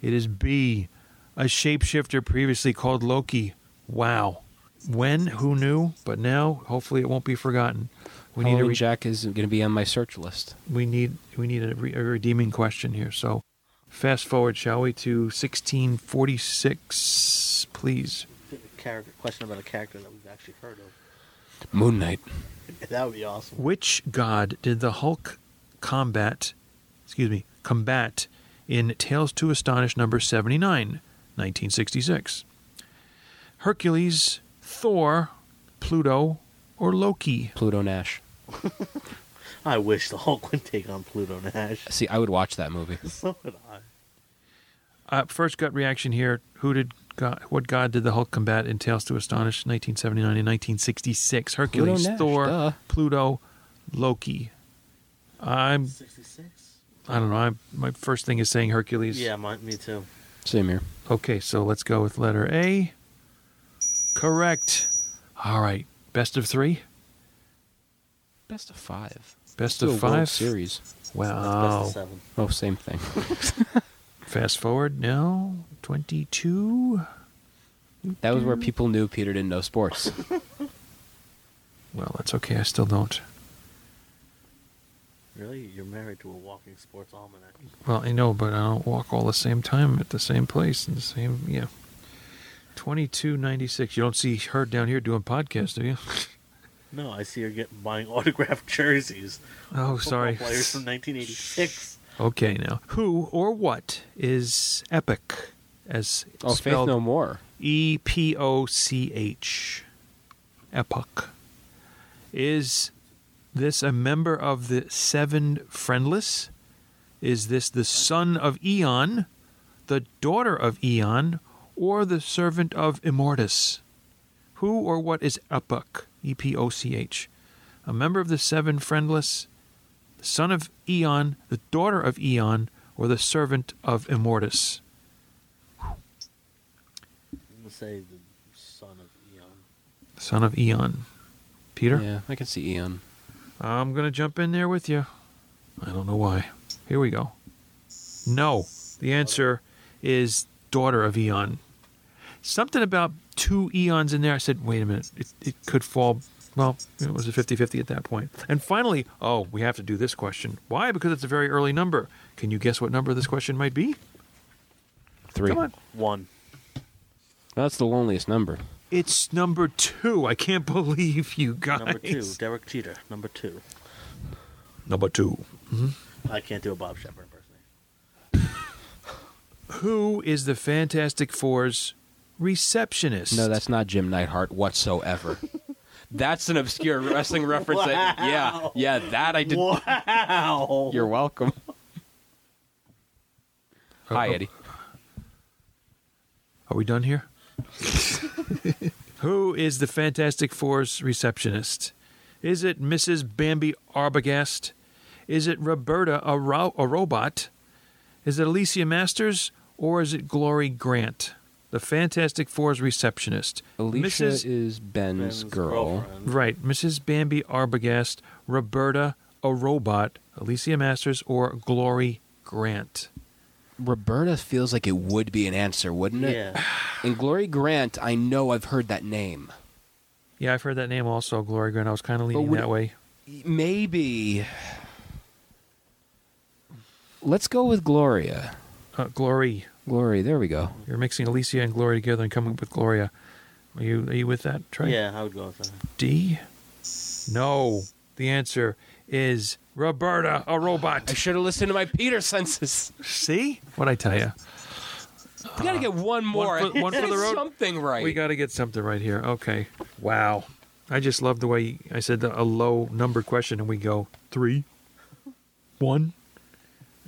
S1: It is B. A shapeshifter previously called Loki. Wow. When? Who knew? But now, hopefully, it won't be forgotten. We need a
S2: Halloween
S1: re-
S2: Jack is going to be on my search list.
S1: we need we need a, re- a redeeming question here. So, fast forward, shall we, to 1646, please.
S3: Character question about a character that we've actually heard of.
S2: Moon Knight.
S3: That would be awesome.
S1: Which god did the Hulk combat, excuse me, combat in Tales to Astonish number 79, 1966? Hercules, Thor, Pluto, or Loki?
S2: Pluto Nash.
S3: I wish the Hulk would take on Pluto Nash.
S2: See, I would watch that movie.
S3: So would I.
S1: Uh, first gut reaction here. Who did God, what god did the Hulk combat in Tales to Astonish 1979 and 1966? Hercules,
S2: Nash,
S1: Thor,
S2: duh.
S1: Pluto, Loki. I'm
S3: 66.
S1: I don't know. I'm, my first thing is saying Hercules.
S3: Yeah, my, me too.
S2: Same here.
S1: Okay, so let's go with letter A. Correct. All right. Best of three.
S2: Best of five.
S1: Best
S2: Do a
S1: of
S2: World
S1: five.
S2: series.
S1: Wow.
S3: Best of seven.
S2: Oh, same thing.
S1: Fast forward now. Twenty-two.
S2: That was where people knew Peter didn't know sports.
S1: Well, that's okay. I still don't.
S3: Really? You're married to a walking sports almanac.
S1: Well, I know, but I don't walk all the same time at the same place and the same. Yeah. Twenty-two ninety-six. You don't see her down here doing podcasts, do you?
S3: No, I see her getting buying autographed jerseys.
S1: Oh, sorry.
S3: Football players from 1986.
S1: Okay, now who or what is epic? As
S2: Oh, Faith
S1: spelled
S2: No More.
S1: E P O C H. Epoch. Is this a member of the Seven Friendless? Is this the son of Eon, the daughter of Eon, or the servant of Immortus? Who or what is Epoch? E P O C H. A member of the Seven Friendless, the son of Eon, the daughter of Eon, or the servant of Immortus?
S3: I'm gonna say the son of Eon.
S1: Son of Eon. Peter?
S2: Yeah, I can see Ian.
S1: I'm going to jump in there with you. I don't know why. Here we go. No. The answer is daughter of Eon. Something about two Eons in there. I said, wait a minute. It, it could fall. Well, it was a 50 50 at that point. And finally, oh, we have to do this question. Why? Because it's a very early number. Can you guess what number this question might be?
S2: Three.
S1: Come on.
S3: One.
S2: That's the loneliest number.
S1: It's number two. I can't believe you guys.
S3: Number two, Derek Cheater. Number two.
S1: Number two.
S3: I can't do a Bob Shepard impersonation.
S1: Who is the Fantastic Four's receptionist?
S2: No, that's not Jim Neidhart whatsoever. that's an obscure wrestling reference. That, yeah, yeah, that I did.
S3: Wow.
S2: You're welcome. Oh, Hi, Eddie.
S1: Are we done here? Who is the Fantastic Four's receptionist? Is it Mrs. Bambi Arbogast? Is it Roberta, a, ro- a robot? Is it Alicia Masters? Or is it Glory Grant? The Fantastic Four's receptionist.
S2: Alicia
S1: Mrs.
S2: is Ben's,
S3: Ben's
S2: girl.
S3: girlfriend.
S1: Right, Mrs. Bambi Arbogast, Roberta, a robot, Alicia Masters, or Glory Grant.
S2: Roberta feels like it would be an answer, wouldn't it?
S3: Yeah.
S2: And Glory Grant, I know I've heard that name.
S1: Yeah, I've heard that name also, Glory Grant. I was kind of leaning
S2: would-
S1: that way.
S2: Maybe. Let's go with Gloria.
S1: Uh, Glory,
S2: Glory, there we go.
S1: you're mixing Alicia and Glory together and coming up with Gloria. Are you are you with that, Trey?
S3: Yeah, I would go with that.
S1: D. No, the answer is Roberta, a robot.
S2: I should have listened to my Peter senses.
S1: See what I tell you.
S2: We gotta get one more.
S1: for- one for the road.
S2: Something right.
S1: We got to get something right here. Okay. Wow. I just love the way I said the, a low number question, and we go three, one,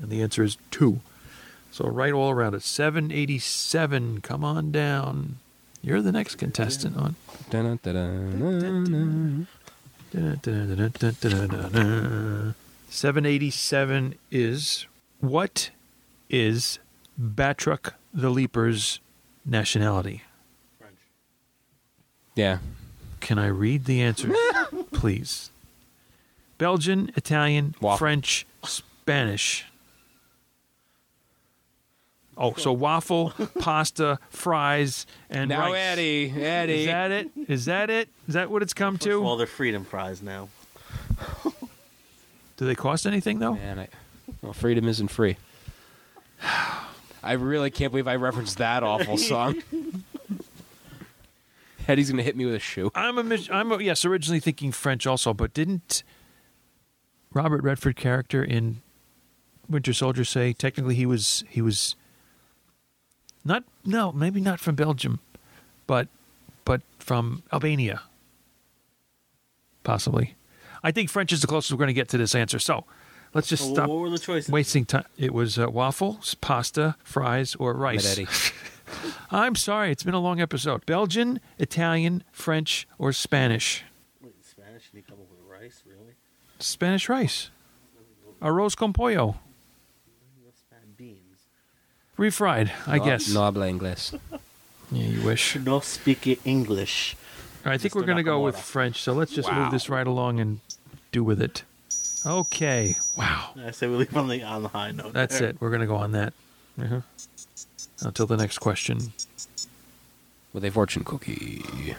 S1: and the answer is two. So right all around it. Seven eighty-seven. Come on down. You're the next contestant on.
S2: Dun-dun-dun-dun-dun.
S1: Seven eighty-seven is what is Batroc the Leaper's nationality?
S3: French.
S2: Yeah.
S1: Can I read the answers, please? Belgian, Italian,
S2: Waffle.
S1: French, Spanish. Oh, so waffle, pasta, fries, and
S2: Now,
S1: rice.
S2: Eddie, Eddie.
S1: Is that it? Is that it? Is that what it's come
S3: First of all,
S1: to?
S3: they're freedom fries now.
S1: Do they cost anything though?
S2: Man, I, well, freedom isn't free. I really can't believe I referenced that awful song. Eddie's gonna hit me with a shoe.
S1: I'm a, mis- I'm a, yes, originally thinking French also, but didn't Robert Redford character in Winter Soldier say technically he was he was not no maybe not from Belgium, but but from Albania, possibly. I think French is the closest we're going to get to this answer. So let's just
S3: So
S1: stop
S3: What were the choices?
S1: wasting time. It was uh, waffle, s- pasta, fries, or
S2: But
S1: rice.
S2: Eddie,
S1: I'm sorry, it's been a long episode. Belgian, Italian, French, or Spanish.
S3: Wait, Spanish? Did he come up with rice? Really?
S1: Spanish rice. Arroz con pollo.
S3: That's bad beans.
S1: Refried, I
S2: no-
S1: guess.
S2: No habla inglés.
S1: Yeah, you wish. All
S3: No speak English.
S1: right, I think we're going to go with French, so let's just move this right along and do with it. Okay. Wow.
S3: I say we leave on the on the high note.
S1: That's
S3: there.
S1: it. We're going to go on that. Uh-huh. Until the next question.
S2: With a fortune cookie.